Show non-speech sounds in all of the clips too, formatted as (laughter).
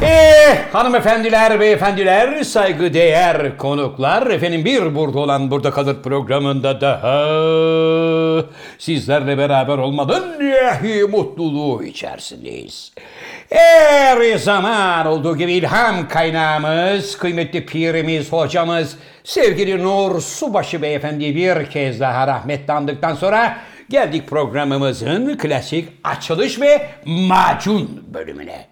Ve Eh, hanımefendiler, beyefendiler, saygıdeğer konuklar, efendim bir burada olan burada kalır programında daha sizlerle beraber olmanın yahi mutluluğu içerisindeyiz. Her zaman olduğu gibi ilham kaynağımız, kıymetli pirimiz, hocamız, sevgili Nur Subaşı Beyefendi bir kez daha rahmetlandıktan sonra geldik programımızın klasik açılış ve macun bölümüne.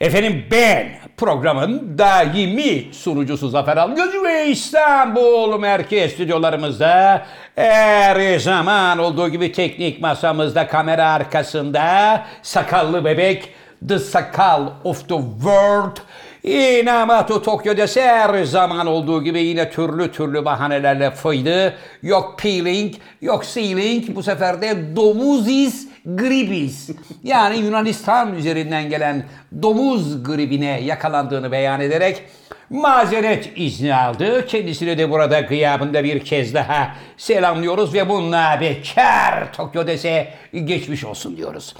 Efendim ben programın daimi sunucusu Zafer Algöz ve İstanbul Merkez stüdyolarımızda her zaman olduğu gibi teknik masamızda kamera arkasında sakallı bebek The Sakal of the World İnamatu Tokyo'da ise her zaman olduğu gibi yine türlü türlü bahanelerle fıydı. Yok peeling, yok sealing. Bu sefer de domuzis gribis. Yani Yunanistan üzerinden gelen domuz gribine yakalandığını beyan ederek mazeret izni aldı. Kendisini de burada gıyabında bir kez daha selamlıyoruz ve bununla bekar Tokyo dese geçmiş olsun diyoruz.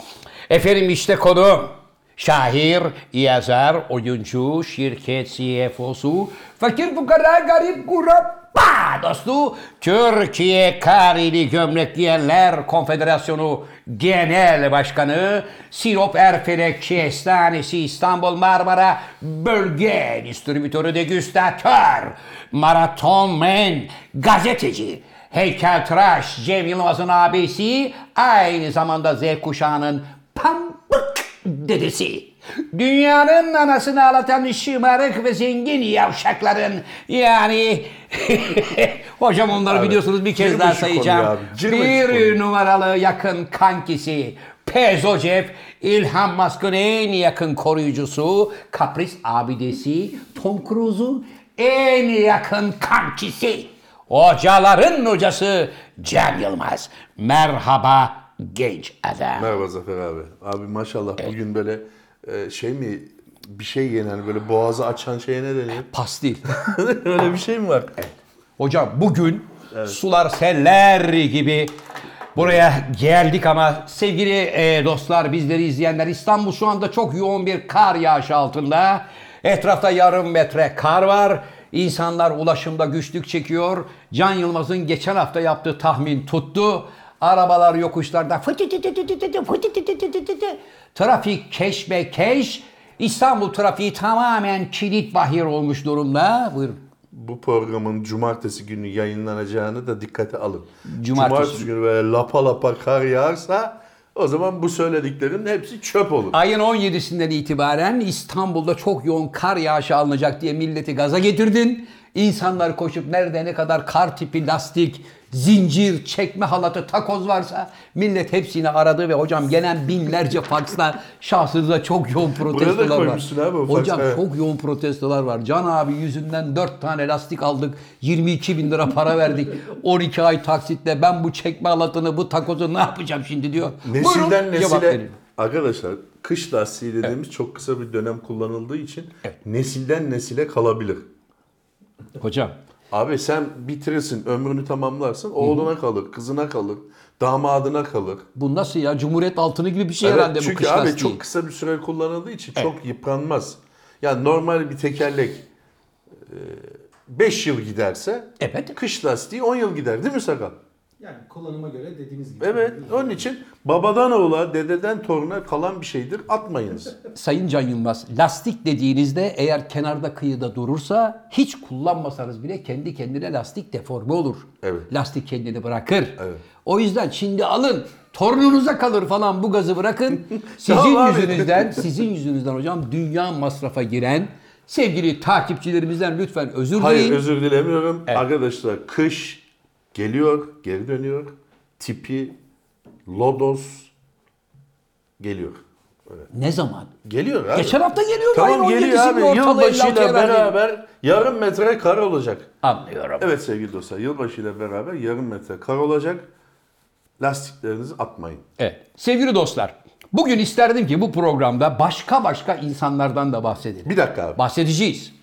Efendim işte konu Şair, yazar, oyuncu, şirket CFO'su, fakir fukara garip kurabba dostu, Türkiye Karili Gömlek Giyenler Konfederasyonu Genel Başkanı, Sinop Erfelek Kestanesi İstanbul Marmara Bölge Distribütörü Degüstatör, Maraton Men, gazeteci, heykeltıraş Cem Yılmaz'ın abisi, aynı zamanda Z kuşağının pambık dedesi. Dünyanın anasını ağlatan şımarık ve zengin yavşakların yani (laughs) hocam onları biliyorsunuz bir kez girme daha şu konuya sayacağım. abi, girme şu konuya. Bir numaralı yakın kankisi Pezocev, İlhan Musk'ın en yakın koruyucusu, kapris abidesi, Tom Cruise'un en yakın kankisi, hocaların hocası Cem Yılmaz. Merhaba genç adam. Merhaba Zafer abi. Abi maşallah bugün böyle e, şey mi bir şey yenen böyle boğazı açan şeye ne deniyor? Pastil. (laughs) Öyle bir şey mi var? Hocam bugün sular seller gibi buraya geldik ama sevgili e, dostlar bizleri izleyenler İstanbul şu anda çok yoğun bir kar yağışı altında. Etrafta yarım metre kar var. İnsanlar ulaşımda güçlük çekiyor. Can Yılmaz'ın geçen hafta yaptığı tahmin tuttu. Arabalar yokuşlarda fıtı tı tı tı tı tı tı, fıtı tı tı tı tı tı tı. trafik keşmekeş. İstanbul trafiği tamamen kilit bahir olmuş durumda. Buyurun. Bu programın cumartesi günü yayınlanacağını da dikkate alın. Cumartesi. günü böyle lapa lapa kar yağarsa o zaman bu söylediklerin hepsi çöp olur. Ayın 17'sinden itibaren İstanbul'da çok yoğun kar yağışı alınacak diye milleti gaza getirdin. İnsanlar koşup nerede ne kadar kar tipi lastik, zincir, çekme halatı, takoz varsa millet hepsini aradı ve hocam gelen binlerce faksla şahsınıza çok yoğun protestolar var. koymuşsun abi o faks, hocam evet. çok yoğun protestolar var. Can abi yüzünden 4 tane lastik aldık. 22 bin lira para verdik. 12 ay taksitle ben bu çekme halatını bu takozu ne yapacağım şimdi diyor. Buyurun, Nesilden cevap nesile verin. arkadaşlar kış lastiği dediğimiz çok kısa bir dönem kullanıldığı için nesilden nesile kalabilir. Hocam Abi sen bitirirsin, ömrünü tamamlarsın. Oğluna kalır, kızına kalır, damadına kalır. Bu nasıl ya? Cumhuriyet altını gibi bir şey Evet, herhalde bu çünkü kış abi lastiği. çok kısa bir süre kullanıldığı için çok yıpranmaz. Yani normal bir tekerlek 5 yıl giderse Evet. kış lastiği 10 yıl gider değil mi Sakal? Yani kullanıma göre dediğiniz gibi. Evet. Onun için babadan oğula, dededen toruna kalan bir şeydir. Atmayınız. Sayın Can Yılmaz, lastik dediğinizde eğer kenarda kıyıda durursa hiç kullanmasanız bile kendi kendine lastik deforme olur. Evet. Lastik kendini bırakır. O yüzden şimdi alın torununuza kalır falan bu gazı bırakın. Sizin (laughs) Tamam abi. yüzünüzden, sizin yüzünüzden hocam dünya masrafa giren sevgili takipçilerimizden lütfen özür Hayır dileyin. özür dilemiyorum. Arkadaşlar kış geliyor, geri dönüyor. Tipi lodos geliyor. Ne zaman? Geliyor abi. Geçen hafta geliyor. Tamam ayın geliyor 17'sinin abi. ortalığı Yılbaşıyla 56'ya verdi. beraber yarım metre kar olacak. Anlıyorum. Evet sevgili dostlar yılbaşıyla beraber yarım metre kar olacak. Lastiklerinizi atmayın. Evet. Sevgili dostlar, bugün isterdim ki bu programda başka başka insanlardan da bahsedelim. Bir dakika abi. Bahsedeceğiz. (laughs)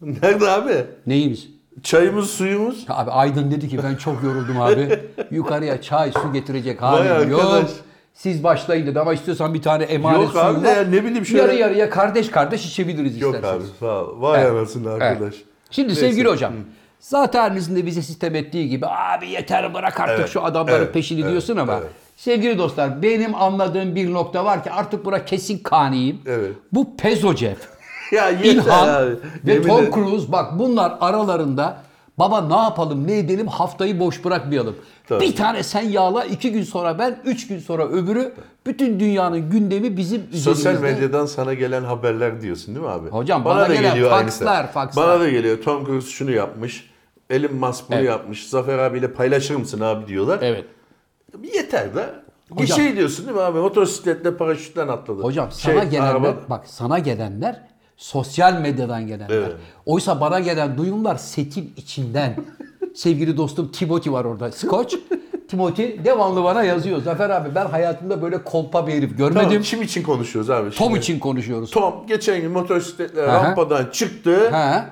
Nerede abi? Neyimiz? Çayımız suyumuz. (laughs) Abi Aydın dedi ki ben çok yoruldum abi. Yukarıya çay, su getirecek Vay halim yok. arkadaş. Siz başlayın dedi ama istiyorsan bir tane emanet Yok abi suyun de var. ya, ne bileyim şöyle- Yarı yarıya kardeş kardeş içebiliriz Yok isterseniz. abi sağ ol. Vay Evet. anasını Evet. arkadaş. Şimdi Neyse. sevgili hocam. Zatenizin de bize sistem ettiği gibi abi yeter bırak artık Evet, şu adamların evet, peşini evet, diyorsun ama evet. sevgili dostlar benim anladığım bir nokta var ki artık buna kesin kaniyim. Evet. Bu Pezocef. (laughs) Ya yeter İlhan abi. ve Yemin Tom ederim. Cruise bak bunlar aralarında baba ne yapalım ne edelim haftayı boş bırakmayalım. Tabii. Bir tane sen yağla iki gün sonra ben üç gün sonra öbürü bütün dünyanın gündemi bizim üzerimizde. Sosyal medyadan sana gelen haberler diyorsun değil mi abi? Hocam, bana gelen fakslar, fakslar. Bana da geliyor. Tom Cruise şunu yapmış. Elon Musk bunu Evet. yapmış. Zafer abiyle paylaşır mısın abi diyorlar. Evet. Yeter de. Bir Hocam- şey diyorsun değil mi abi? Motosikletle paraşütten atladı. Hocam Şey, sana gelenler araba- bak sana gelenler sosyal medyadan gelenler. Evet. Oysa bana gelen duyumlar setin (laughs) içinden. Sevgili dostum Timothy var orada. Scotch. Timothy devamlı bana yazıyor. Zafer abi ben hayatımda böyle kolpa bir herif görmedim. Tamam, kim için konuşuyoruz abi? Tom şimdi? için konuşuyoruz. Tom geçen gün motosikletle Aha. rampadan çıktı. Ha?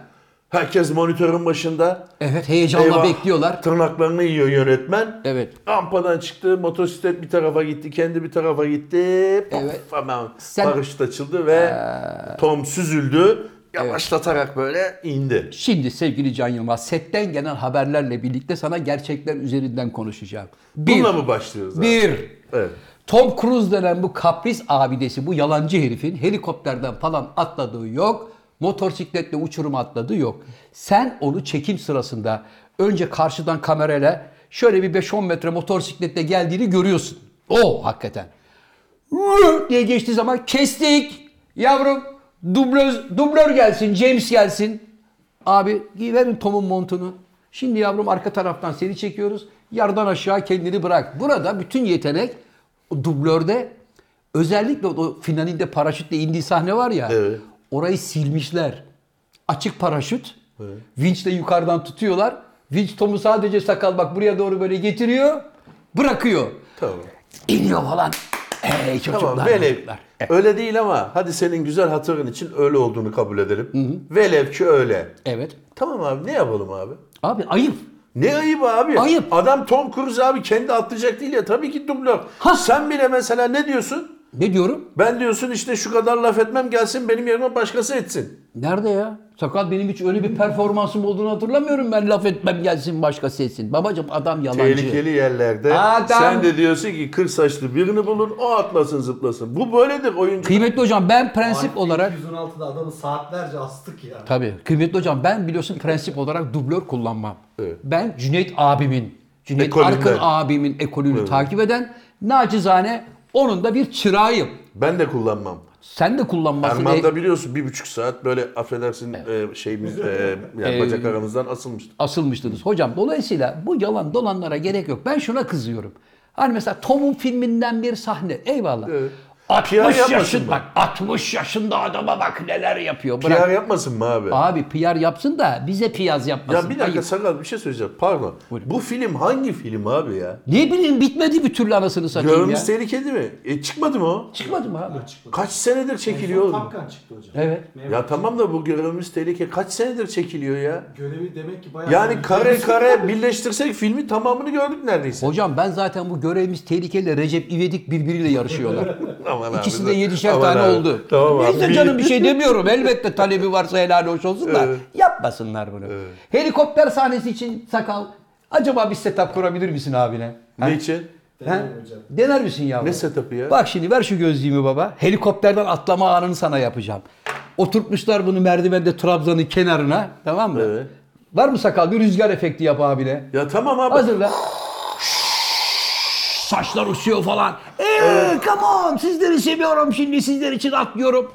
Herkes monitörün başında. Evet heyecanla Eyvah, bekliyorlar. Tırnaklarını yiyor yönetmen. Evet. Rampadan çıktı, motosiklet bir tarafa gitti, kendi bir tarafa gitti. Paf, Evet. Hemen Sen- Ee, barış açıldı ve Tom süzüldü. Yavaşlatarak böyle indi. Şimdi sevgili Can Yılmaz setten gelen haberlerle birlikte sana gerçekler üzerinden konuşacağım. Bir, Bununla mı başlıyoruz abi? bir Evet. Tom Cruise denen bu kapris abidesi, bu yalancı herifin helikopterden falan atladığı yok. Motosikletle uçuruma atladığı yok. Sen onu çekim sırasında önce karşıdan kamerayla şöyle bir 5-10 metre motosikletle geldiğini görüyorsun. O hakikaten. Vuh diye geçtiği zaman kestik. Yavrum dublöz, dublör gelsin, James gelsin. Abi verin Tom'un montunu. Şimdi yavrum arka taraftan seni çekiyoruz. Yardan aşağı kendini bırak. Burada bütün yetenek o dublörde özellikle o finalinde paraşütle indiği sahne var ya. Evet. Orayı silmişler. Açık paraşüt. Vinçle yukarıdan tutuyorlar. Vinç Tom'u sadece sakal bak buraya doğru böyle getiriyor. Bırakıyor. Tamam. İniyor falan. Ey çocuklar. Tamam velev. çocuklar. Öyle değil ama hadi senin güzel hatırın için öyle olduğunu kabul edelim. Velev ki öyle. Evet. Tamam abi ne yapalım abi? Abi ayıp. Ne ayıp abi? Ayıp. Adam Tom Cruise abi kendi atlayacak değil ya. Tabii ki dublör. Ha. Sen bile mesela ne diyorsun? Ne diyorum? Ben diyorsun işte şu kadar laf etmem gelsin benim yerime başkası etsin. Nerede ya? Sakal benim hiç öyle bir performansım olduğunu hatırlamıyorum ben laf etmem gelsin başka sesin. Babacım adam yalancı. Tehlikeli yerlerde Adam- sen de diyorsun ki kır saçlı birini bulur o atlasın zıplasın. Bu böyledir oyuncu. Kıymetli hocam ben prensip olarak... 116'da adamı saatlerce astık ya. Tabii kıymetli hocam ben biliyorsun prensip olarak dublör kullanmam. Evet. Ben Cüneyt abimin, Cüneyt Ekolünden. Arkın abimin ekolünü takip eden nacizane onun da bir çırağıyım. Ben de kullanmam. Sen de kullanmasın. Erman'da biliyorsun bir buçuk saat böyle affedersin e, şeyimiz (laughs) e, yani Ee, bacak aramızdan asılmıştı. asılmıştınız. Hocam dolayısıyla bu yalan dolanlara gerek yok. Ben şuna kızıyorum. Hani mesela Tom'un filminden bir sahne. Eyvallah. Evet. PR 60 yapmasın yaşın mı? bak 60 yaşında adama bak neler yapıyor. Bırak. PR yapmasın mı abi? Abi PR yapsın da bize piyaz yapmasın. Ya bir dakika Ayıp. sakal bir şey söyleyeceğim. Pardon. Buyurun. Bu film hangi film abi ya? Ne bileyim bitmedi bir türlü anasını satayım Görmüş ya. tehlikeli mi? E çıkmadı mı o? Çıkmadı mı abi? Çıkmadı. Kaç senedir çekiliyor Çekiliyor. oğlum? Tapkan çıktı hocam. Evet. Ya tamam da bu görevimiz tehlike kaç senedir çekiliyor ya? Görevi demek ki bayağı... Yani kare kare birleştirsek filmi tamamını gördük neredeyse. Hocam ben zaten bu görevimiz tehlikeli Recep İvedik birbiriyle (laughs) yarışıyorlar. Aman abi, İkisinde dur. yedişer Aman tane abi. oldu. Tamam abi. Neyse canım bir şey demiyorum. Elbette talebi varsa helal hoş olsun da yapmasınlar bunu. Helikopter sahnesi için sakal. Acaba bir setup kurabilir misin abine? Ha? Ne için? Ha? Deneyelim hocam. Dener misin yavrum? Ne setup'ı ya? Bak şimdi ver şu gözlüğümü baba. Helikopterden atlama anını sana yapacağım. Oturtmuşlar bunu merdivende Trabzan'ın kenarına. Tamam mı? Evet. Var mı sakal? Bir rüzgar efekti yap abine. Ya tamam abi. Hazırla. Saçlar uçuyor falan. Eee come on sizleri seviyorum şimdi sizler için atlıyorum.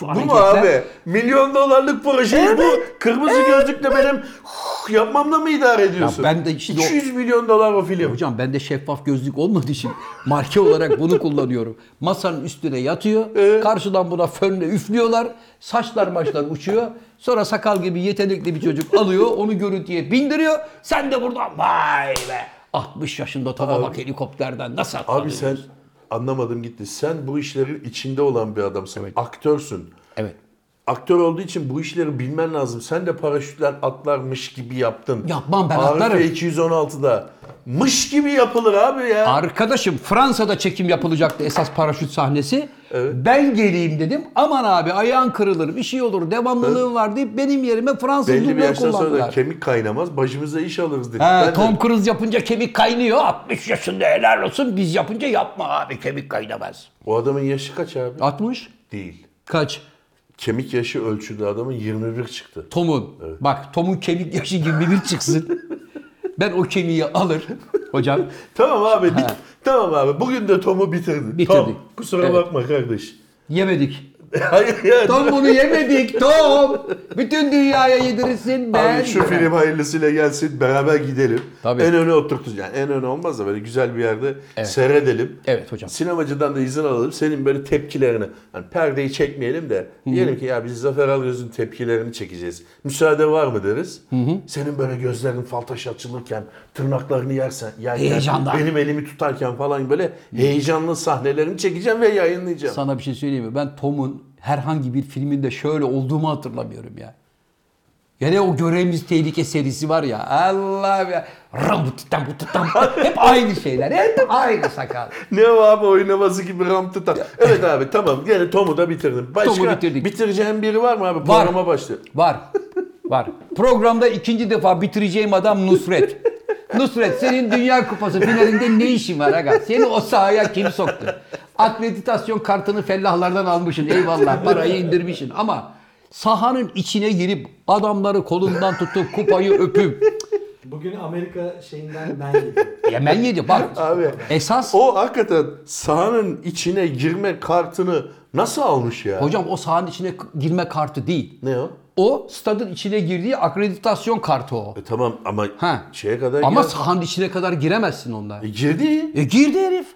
Bu mu abi? Milyon dolarlık proje bu. Kırmızı gözlükle benim (sighs) yapmamla mı idare ediyorsun? Ya ben de işte o- 200 milyon dolar o film. Hocam bende şeffaf gözlük olmadığı için marke olarak bunu kullanıyorum. Masanın üstüne yatıyor. Karşıdan buna fönle üflüyorlar. Saçlar maçlar uçuyor. Sonra sakal gibi yetenekli bir çocuk alıyor. Onu görüntüye bindiriyor. Sen de buradan vay be. 60 yaşında tava bak helikopterden nasıl atladın? Abi sen anlamadım gitti. Sen bu işlerin içinde olan bir adamsın. Aktörsün. Evet. Aktör olduğu için bu işleri bilmen lazım. Sen de paraşütler atlarmış gibi yaptın. Yapmam, ben Arife atlarım. 216'da. Mış gibi yapılır abi ya. Arkadaşım Fransa'da çekim yapılacaktı esas paraşüt sahnesi. Ben geleyim dedim. Aman abi ayağın kırılır bir şey olur devamlılığın var deyip benim yerime Fransız Belli bir dublör yaştan sonra da kullandılar. kemik kaynamaz başımıza iş alırız dedik. Ha, Ben de- Tom Cruise yapınca kemik kaynıyor. 60 yaşında helal olsun. Biz yapınca yapma abi kemik kaynamaz. O adamın yaşı kaç abi? 60? Değil. Kaç? Kemik yaşı ölçüldü adamın 21 çıktı. Tom'un. Bak Tom'un kemik yaşı 21 çıksın. ben o kemiği alır. Hocam Tamam abi. bit- Tamam abi. Bugün de Tom'u bitirdin. Bitirdik. Tom, kusura Evet. bakma kardeş. (laughs) yemedik. Hayır ya. Tom bunu yemedik Tom. Bütün dünyaya yedirirsin ben. Abi şu film hayırlısıyla gelsin beraber gidelim. Tabii. En öne oturtuz yani en öne olmaz da böyle güzel bir yerde seyredelim. Evet hocam. Sinemacıdan da izin alalım senin böyle tepkilerini. Hani perdeyi çekmeyelim de diyelim ki ya biz Zafer Algöz'ün tepkilerini çekeceğiz. Müsaade var mı deriz. Senin böyle gözlerin faltaş açılırken tırnaklarını yersen yerken, Heyecandan. benim elimi tutarken falan böyle heyecanlı sahnelerini çekeceğim ve yayınlayacağım. Sana bir şey söyleyeyim mi? Ben Tom'un herhangi bir filminde şöyle olduğumu hatırlamıyorum ya. Gene o görevimiz tehlike serisi var ya. Allah ya. Rambututam bututam. Hep aynı şeyler. Hep aynı sakal. Ne o abi oynaması gibi ram tutar. Evet abi tamam gene Tom'u da bitirdim. Başka Tom'u bitirdik. bitireceğim biri var mı abi? Programa başlıyor. Var. Var. Programda ikinci defa bitireceğim adam Nusret. Nusret senin Dünya Kupası finalinde ne işin var aga? Seni o sahaya kim soktu? Akreditasyon kartını fellahlardan almışsın. Eyvallah parayı indirmişsin ama sahanın içine girip adamları kolundan tutup kupayı öpüp Bugün Amerika şeyinden ben (laughs) yedim. yemen yedi bak. Abi Esas o hakikaten sahanın içine girme kartını nasıl almış ya? hocam o sahanın içine girme kartı değil. Ne o? O stadın içine girdiği akreditasyon kartı o. E tamam ama Ha. şeye kadar Ama gel- sahanın içine kadar giremezsin onunla. E girdi. E girdi herif.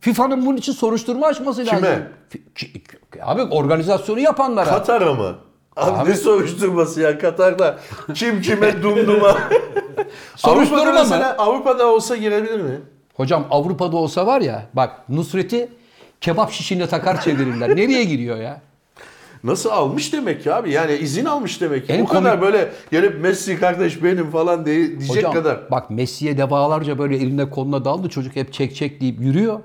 FIFA'nın bunun için soruşturma açması Kime? lazım. Fi- ki- ki- Abi organizasyonu yapanlara. Katar'a mı? Abi, Abi- ne soruşturması ya Katar'da kim kime dumduma. (laughs) Soruşturma Avrupa'da mı? mesela- Avrupa'da olsa girebilir mi? Hocam Avrupa'da olsa var ya bak Nusret'i kebap şişine takar çevirirler. Nereye giriyor ya? (laughs) Nasıl almış demek ya abi? Yani izin almış demek. ki. En Bu kadar komik- böyle gelip Messi kardeş benim falan diye diyecek Hocam kadar. bak Messi'ye defalarca böyle eline koluna daldı. Çocuk hep çek çek deyip yürüyor.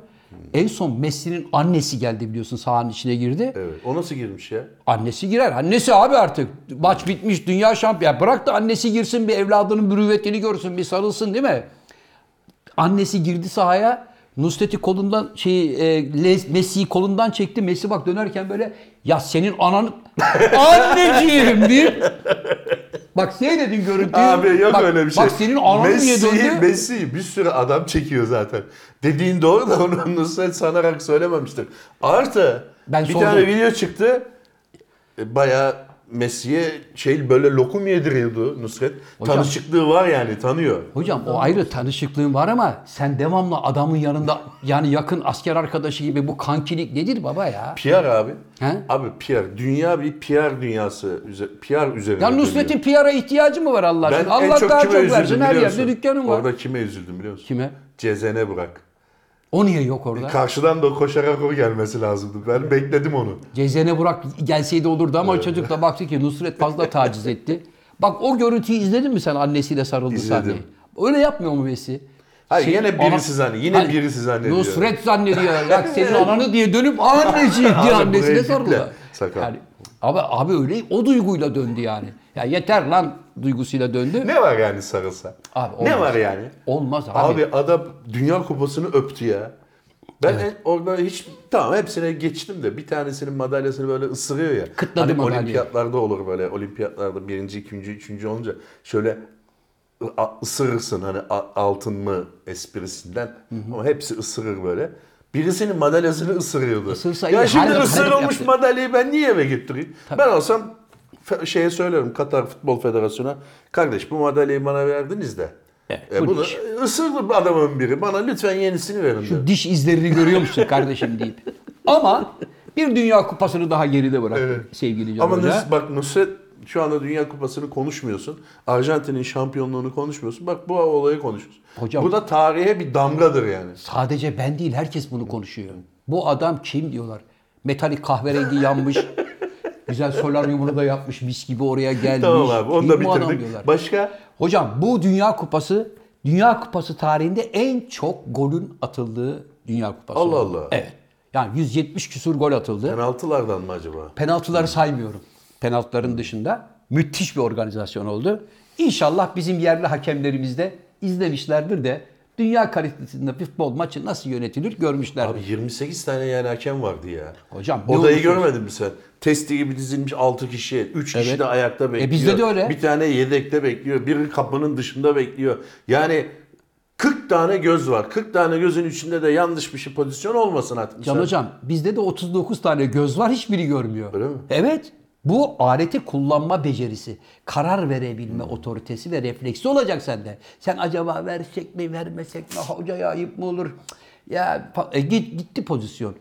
En son Messi'nin annesi geldi biliyorsun sahanın içine girdi. Evet. O nasıl girmiş ya? Annesi girer. Annesi abi artık. Maç bitmiş dünya şampiyon. Bırak da annesi girsin bir evladının mürüvvetini görsün bir sarılsın değil mi? Annesi girdi sahaya. Nusret'i kolundan şey e, Le- Messi'yi kolundan çekti. Messi bak dönerken böyle ya senin anan (laughs) anneciğim bir. Bak seyredin görüntüyü. Abi yok Bak- öyle bir şey. Bak senin anan niye Messi'yi- döndü? Messi'yi bir sürü adam çekiyor zaten. Dediğin doğru da onu Nusret sanarak söylememiştir. Artı Ben bir sordum. tane video çıktı. E, Bayağı Messi'ye şey böyle lokum yediriyordu Nusret. Tanışıklığı var yani tanıyor. Hocam o ayrı tanışıklığın var ama sen devamlı adamın yanında yani yakın asker arkadaşı gibi bu kankilik nedir baba ya? PR abi. He? Abi PR. Dünya bir PR dünyası. üze- PR üzerine Ya dönüyor. Nusret'in PR'a ihtiyacı mı var Allah Ben aşkına? en Allah çok daha kime çok üzüldüm versin. Her biliyor yerde musun? dükkanım var. Orada kime üzüldüm biliyor musun? Kime? Cezene bırak. O niye yok orada? Karşıdan da koşarak o gelmesi lazımdı. Ben bekledim onu. Cezene Burak gelseydi olurdu ama çocuk da baktı ki Nusret fazla taciz etti. Bak o görüntüyü izledin mi sen annesiyle sarıldı İzledim. sahneyi? Öyle yapmıyor mu Messi? Hayır, yine birisi zanne- yine birisi zannediyor. Nusret zannediyor. (laughs) Ya senin ananı diye dönüp anneciğim diye Abi, buraya annesine gitme. sarıldı. Sakal. Yani, abi, abi öyle o duyguyla döndü yani. Ya yeter lan duygusuyla döndü. Ne var yani sarılsa? Abi, ne olmaz. var yani? Olmaz abi. Abi adam Dünya Kupası'nı öptü ya. Ben en- orada hiç tamam hepsine geçtim de bir tanesinin madalyasını böyle ısırıyor ya. Kıtladı hani madalyayı. olimpiyatlarda olur böyle olimpiyatlarda birinci, ikinci, üçüncü olunca şöyle a- ısırırsın hani a- altın mı esprisinden ama hepsi ısırır böyle. Birisinin madalyasını ısırıyordu. Isırsa ya iyi, şimdi harbi hareket ısırılmış yaptı. madalyayı ben niye eve getireyim? Ben olsam fe- şeye söylerim Katar Futbol Federasyonu'na. Kardeş bu madalyayı bana verdiniz de. Evet, e, bu bunu iş. ısırdı adamın biri. Bana lütfen yenisini verin. Şu dedi. diş izlerini görüyor musun kardeşim deyip. Ama bir dünya kupasını daha geride bıraktı sevgili Can Ama Hoca. Nus- bak Nusret şu anda Dünya Kupası'nı konuşmuyorsun. Arjantin'in şampiyonluğunu konuşmuyorsun. Bak bu olayı konuşuyorsun. Hocam- bu da tarihe bir damgadır yani. Sadece ben değil herkes bunu konuşuyor. Bu adam kim diyorlar. Metalik kahverengi yanmış. Güzel solaryumunu da yapmış mis gibi oraya gelmiş. Tamam abi onu Kim da bu adam bitirdik. diyorlar. Başka? Hocam bu dünya kupası Dünya Kupası tarihinde en çok golün atıldığı Dünya Kupası. Allah oldu. Allah. Evet. Yani 170 küsur gol atıldı. Penaltılardan mı acaba? Penaltıları saymıyorum. Penaltıların dışında müthiş bir organizasyon oldu. İnşallah bizim yerli hakemlerimiz de izlemişlerdir de dünya kalitesinde futbol maçı nasıl yönetilir görmüşlerdir. Abi 28 tane yani hakem vardı ya. Hocam, ne Odayı olursunuz? görmedin mi sen? Testi gibi dizilmiş 6 kişi. 3 Evet. E, kişi de ayakta bekliyor. bizde de öyle. Bir tane yedekte bekliyor. Biri kapının dışında bekliyor. Yani 40 tane göz var. 40 tane gözün içinde de yanlış bir şey pozisyon olmasın artık. Can Sen- hocam bizde de 39 tane göz var hiçbiri görmüyor. Öyle mi? Evet. Bu aleti kullanma becerisi, karar verebilme Hmm. otoritesi ve refleksi olacak sende. Sen acaba versek mi vermesek mi hocaya ayıp mı olur? Cık, Ya fa- e, git gitti pozisyon.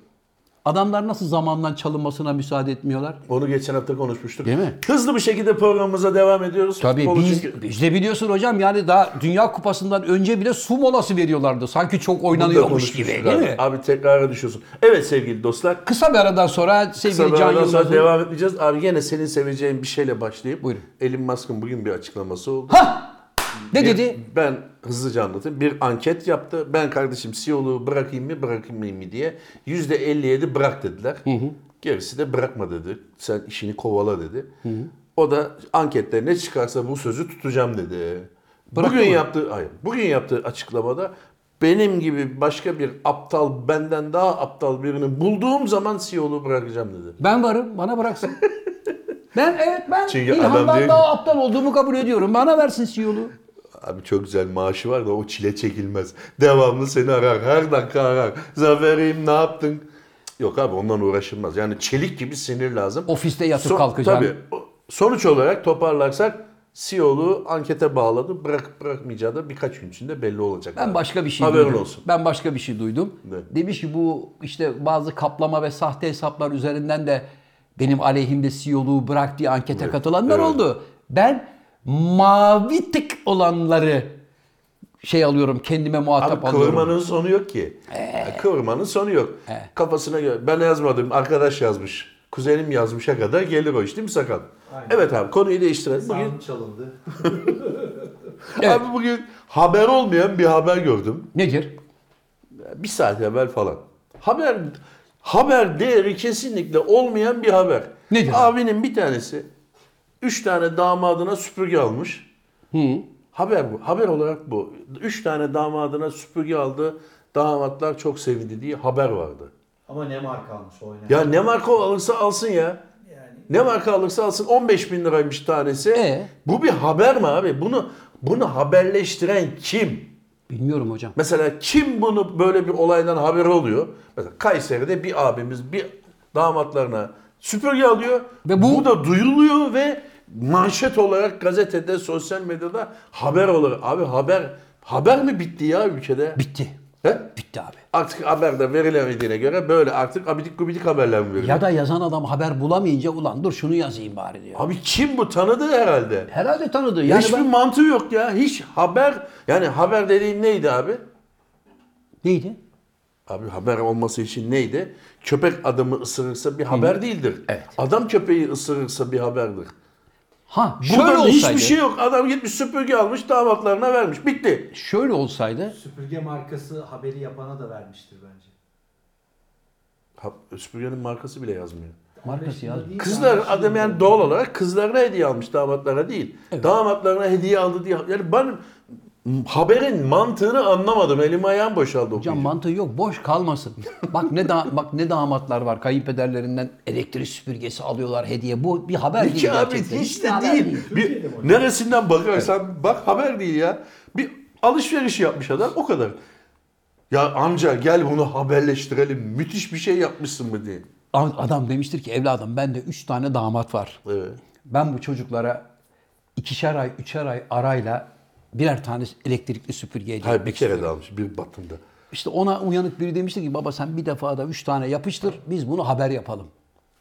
Adamlar nasıl zamandan çalınmasına müsaade etmiyorlar? Onu geçen hafta konuşmuştuk. Değil mi? Hızlı bir şekilde programımıza devam ediyoruz. Tabii Futbolu biz, çünkü- biz de biliyorsun hocam yani daha Dünya Kupası'ndan önce bile su molası veriyorlardı. Sanki çok Bunu da oynanıyormuş gibi konuşmuştuk değil abi. mi? Abi tekrara düşüyorsun. Evet sevgili dostlar. Kısa bir aradan sonra Kısa sevgili bir Can aradan sonra Yılmaz'ın... devam edeceğiz. Abi gene senin seveceğin bir şeyle başlayıp Buyurun. Elon Musk'ın bugün bir açıklaması oldu. Hah! Ne Bir- dedi? Ben hızlıca anlatayım. Bir anket yaptı. Ben kardeşim CEO'luğu bırakayım mı bırakmayayım mı diye. %57 bırak dediler. Gerisi de bırakma dedi. Sen işini kovala dedi. O da ankette ne çıkarsa bu sözü tutacağım dedi. Bıraktı bugün mı? yaptığı hayır, bugün yaptığı açıklamada benim gibi başka bir aptal benden daha aptal birini bulduğum zaman CEO'luğu bırakacağım dedi. Ben varım, bana bıraksın. (laughs) ben evet ben Çünkü adam İlhan'dan diyor ki- daha aptal olduğumu kabul ediyorum. Bana versin E CEO'lu. Abi çok güzel maaşı var da o çile çekilmez. Devamlı seni arar. Her dakika arar. Zafer'im ne yaptın? Cık, Yok abi ondan uğraşılmaz. Yani çelik gibi sinir lazım. Ofiste yatıp So- kalkacağım. Tabii. O- Sonuç olarak toparlarsak CEO'lu ankete bağladı. Bırakıp bırakmayacağı da birkaç gün içinde belli olacak. Ben abi. başka bir şey Haberin duydum. olsun. Ben başka bir şey duydum. Ne? Demiş ki bu işte bazı kaplama ve sahte hesaplar üzerinden de benim aleyhimde CEO'luğu bırak diye E ankete katılanlar evet. oldu. Ben mavi tık olanları şey alıyorum kendime muhatap Abi alıyorum. Ee. kıvırmanın sonu yok ki. Ya Kıvırmanın sonu yok. Kafasına göre. Ben yazmadım. Arkadaş yazmış. Kuzenim yazmışa kadar gelir o iş değil mi sakal? Aynen. Evet abi konuyu değiştirelim. Bugün Sound çalındı. Evet. Abi bugün haber olmayan bir haber gördüm. Nedir? Bir saat evvel falan. Haber haber değeri kesinlikle olmayan bir haber. Nedir? Abinin bir tanesi üç tane damadına süpürge almış. Haber bu. Haber olarak bu. Üç tane damadına süpürge aldı. Damatlar çok sevindi diye haber vardı. Ama ne marka almış o oynayan. Ya ne marka alırsa alsın ya. Yani Ne marka alırsa alsın 15 bin liraymış tanesi. E? Bu bir haber mi abi? Bunu bunu haberleştiren kim? Bilmiyorum hocam. Mesela kim bunu böyle bir olaydan haberi oluyor? Mesela Kayseri'de bir abimiz bir damatlarına süpürge alıyor. Ve Ve bu- bu, da duyuluyor ve manşet olarak gazetede, sosyal medyada haber olarak. Abi haber haber mi bitti ya ülkede? Bitti. He? Bitti abi. Artık haberde verilemediğine göre böyle artık abidik gubidik haberler mi veriliyor? Ya da yazan adam haber bulamayınca ulan dur şunu yazayım bari diyor. Abi kim bu tanıdı herhalde. Herhalde tanıdı. Yani Hiçbir ben... mantığı yok ya. Hiç haber yani haber dediğin neydi abi? Neydi? Abi haber olması için neydi? Köpek adamı ısırırsa bir haber değildir. Evet. Adam köpeği ısırırsa bir haberdir. Ha şöyle Burada olsaydı. hiçbir şey yok. Adam gitmiş süpürge almış damatlarına vermiş. Bitti. Şöyle olsaydı. süpürge markası haberi yapana da vermiştir bence. Ha, süpürgenin markası bile yazmıyor. Markası yaz. Değil Kızlar şey yani. adam yani doğal olarak kızlarına hediye almış damatlara değil. Damatlarına hediye aldı diye. Yani ben haberin mantığını anlamadım. Elim ayağım boşaldı Hocam okuyunca. mantığı yok. Boş kalmasın. (laughs) bak ne da bak ne damatlar var. Kayınpederlerinden elektrik süpürgesi alıyorlar hediye. Bu bir haber Peki değil abi gerçekten. hiç de haber değil. Bir, neresinden bakarsan bak haber değil ya. Bir alışveriş yapmış adam o kadar. Ya amca gel bunu haberleştirelim. Müthiş bir şey yapmışsın mı diye. Ad- Adam demiştir ki evladım bende 3 tane damat var. Evet. Ben bu çocuklara ikişer ay, üçer ay arayla birer tane elektrikli süpürge hediye Hayır bir etmek kere de almış bir batımda. İşte ona uyanık biri demişti ki baba sen bir defa da 3 tane yapıştır. Biz bunu haber yapalım.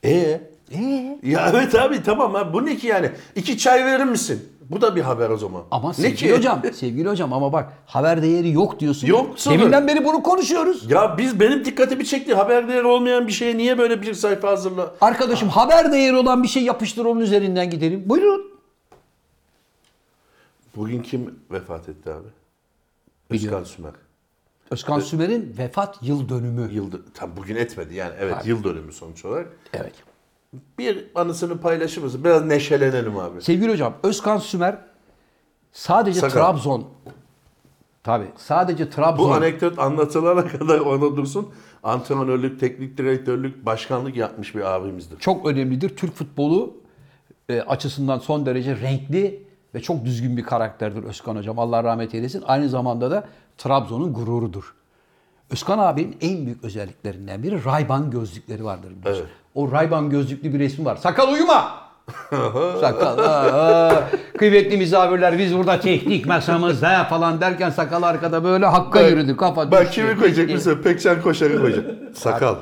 Ee? Ee? Ya evet abi tamam ha bu ne ki yani? İki çay verir misin? Bu da bir haber o zaman. Ama ne sevgili ki? hocam, sevgili hocam ama bak haber değeri yok diyorsun. Yok, sıfır. Deminden beri bunu konuşuyoruz. Ya biz benim dikkatimi çekti. Haber değeri olmayan bir şeye niye böyle bir sayfa hazırla? Arkadaşım haber değeri olan bir şey yapıştır onun üzerinden gidelim. Buyurun. Bugün kim vefat etti abi? Özkan Sümer. Özkan Sümer'in vefat yıl dönümü. Yıl, tam bugün etmedi yani evet yıl dönümü sonuç olarak. Evet. Bir anısını paylaşır mısın? Biraz neşelenelim abi. Sevgili hocam Özkan Sümer sadece Sakal. Trabzon tabi sadece Trabzon Bu anekdot anlatılana (laughs) kadar ona dursun. Antrenörlük, teknik direktörlük, başkanlık yapmış bir abimizdir. çok önemlidir. Türk futbolu e, açısından son derece renkli ve çok düzgün bir karakterdir Özkan hocam. Allah rahmet eylesin. Aynı zamanda da Trabzon'un gururudur. Özkan abinin en büyük özelliklerinden biri Ray-Ban gözlükleri vardır. biliyorsun. Evet. O Ray-Ban gözlüklü bir resmi var. Sakal uyuma! (laughs) sakal. aa, aa. Kıymetli misafirler biz burada teknik masamızda falan derken sakal arkada böyle hakka yürüdü. Kafa Bak düştü, kimi koyacak gitti. mesela? Pekcan Koşar'ı koyacak. Sakal.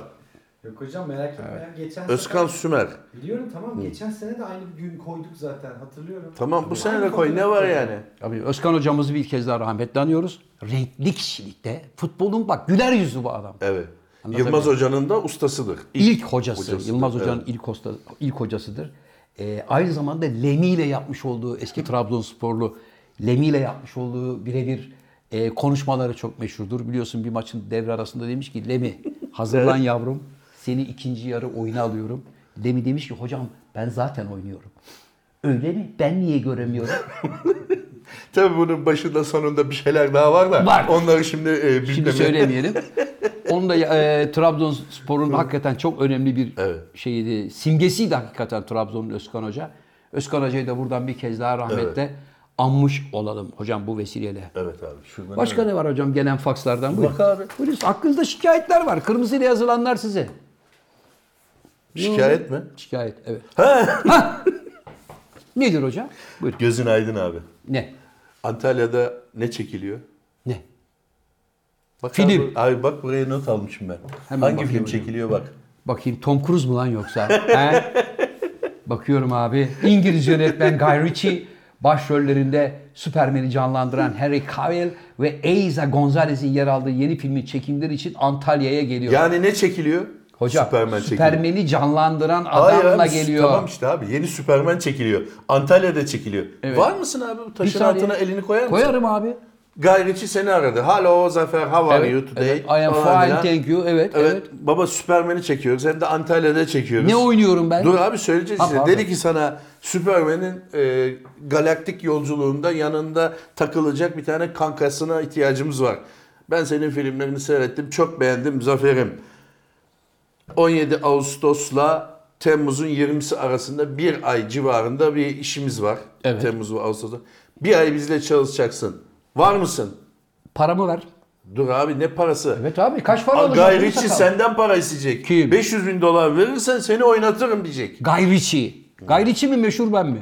Yok hocam merak etmeyin. Geçen Özkan sene... Sümer. Biliyorum tamam geçen sene de aynı bir gün koyduk zaten hatırlıyorum. Tamam bu sene de Aynı koy. Ne fotoğrafı var koyduk. yani? Tabii Özkan hocamızı bir kez daha rahmetle anıyoruz. Renkli kişilikte futbolun bak güler yüzlü bu adam. Evet. Anlatabiliyor Yılmaz muyum? Hoca'nın da ustasıdır. İlk, hocası, hocasıdır, Yılmaz evet. Hoca'nın ilk, hosta, ilk hocasıdır. Ee, aynı zamanda Lemi ile yapmış olduğu eski Trabzonsporlu Lemi ile yapmış olduğu birebir e, konuşmaları çok meşhurdur. Biliyorsun bir maçın devre arasında demiş ki (laughs) Lemi hazırlan yavrum seni ikinci yarı oyuna alıyorum. Lemi demiş ki hocam ben zaten oynuyorum. Öyle mi? Ben niye göremiyorum? Tabii bunun başında sonunda bir şeyler daha var da. Var. Onları şimdi e, Şimdi bilmemek- söylemeyelim. Onu da e, Trabzonspor'un hakikaten çok önemli bir Evet. şeydi. Simgesiydi hakikaten Trabzon'un Özkan Hoca. Özkan Hoca'yı da buradan bir kez daha rahmetle anmış olalım hocam bu vesileyle. Evet abi. Şuradan Başka ne var hocam gelen fakslardan? Buyurun. Bak abi. Buyurun. Hakkınızda şikayetler var. Kırmızıyla yazılanlar size. Şikayet mi? Şikayet evet. Ha! Nedir hocam? Buyurun. Gözün aydın abi. Ne? Antalya'da ne çekiliyor? Ne? Bak Film. Abi, abi bak buraya not almışım ben. Hemen Hangi bakayım film hocam. çekiliyor bak. Bakayım Tom Cruise mu lan yoksa? He? Bakıyorum abi. İngiliz yönetmen Guy Ritchie başrollerinde Superman'i canlandıran Harry Cavill ve Eiza Gonzalez'in yer aldığı yeni filmin çekimleri için Antalya'ya geliyor. Yani ne çekiliyor? Hocam Superman çekiliyor. Superman'i canlandıran Hayır adamla abi, geliyor. Tamam işte abi yeni Superman çekiliyor. Antalya'da çekiliyor. Evet. Var mısın abi bu Bir taşın saniye. altına elini koyar mısın? Koyarım abi. Guy Ritchie seni aradı. Hello Zafer how are Evet, you today? evet. I am Falan fine filan. thank you. Evet, evet. Evet, baba Superman'i çekiyoruz hem de Antalya'da çekiyoruz. Ne oynuyorum ben? Dur abi söyleyeceğiz Ha, size. pardon. Dedi ki sana Superman'in e, galaktik yolculuğunda yanında takılacak bir tane kankasına ihtiyacımız var. Ben senin filmlerini seyrettim. Çok beğendim. Zaferim. 17 Ağustos'la Temmuz'un 20'si arasında bir ay civarında bir işimiz var. Evet. Temmuz ve Ağustos'ta. Bir ay bizle çalışacaksın. Var mısın? Paramı ver. Dur abi ne parası? Evet abi kaç para alacak? Guy Ritchie senden para isteyecek. Kim? 500 bin dolar verirsen seni oynatırım diyecek. Guy Ritchie. Guy Ritchie mi meşhur ben mi?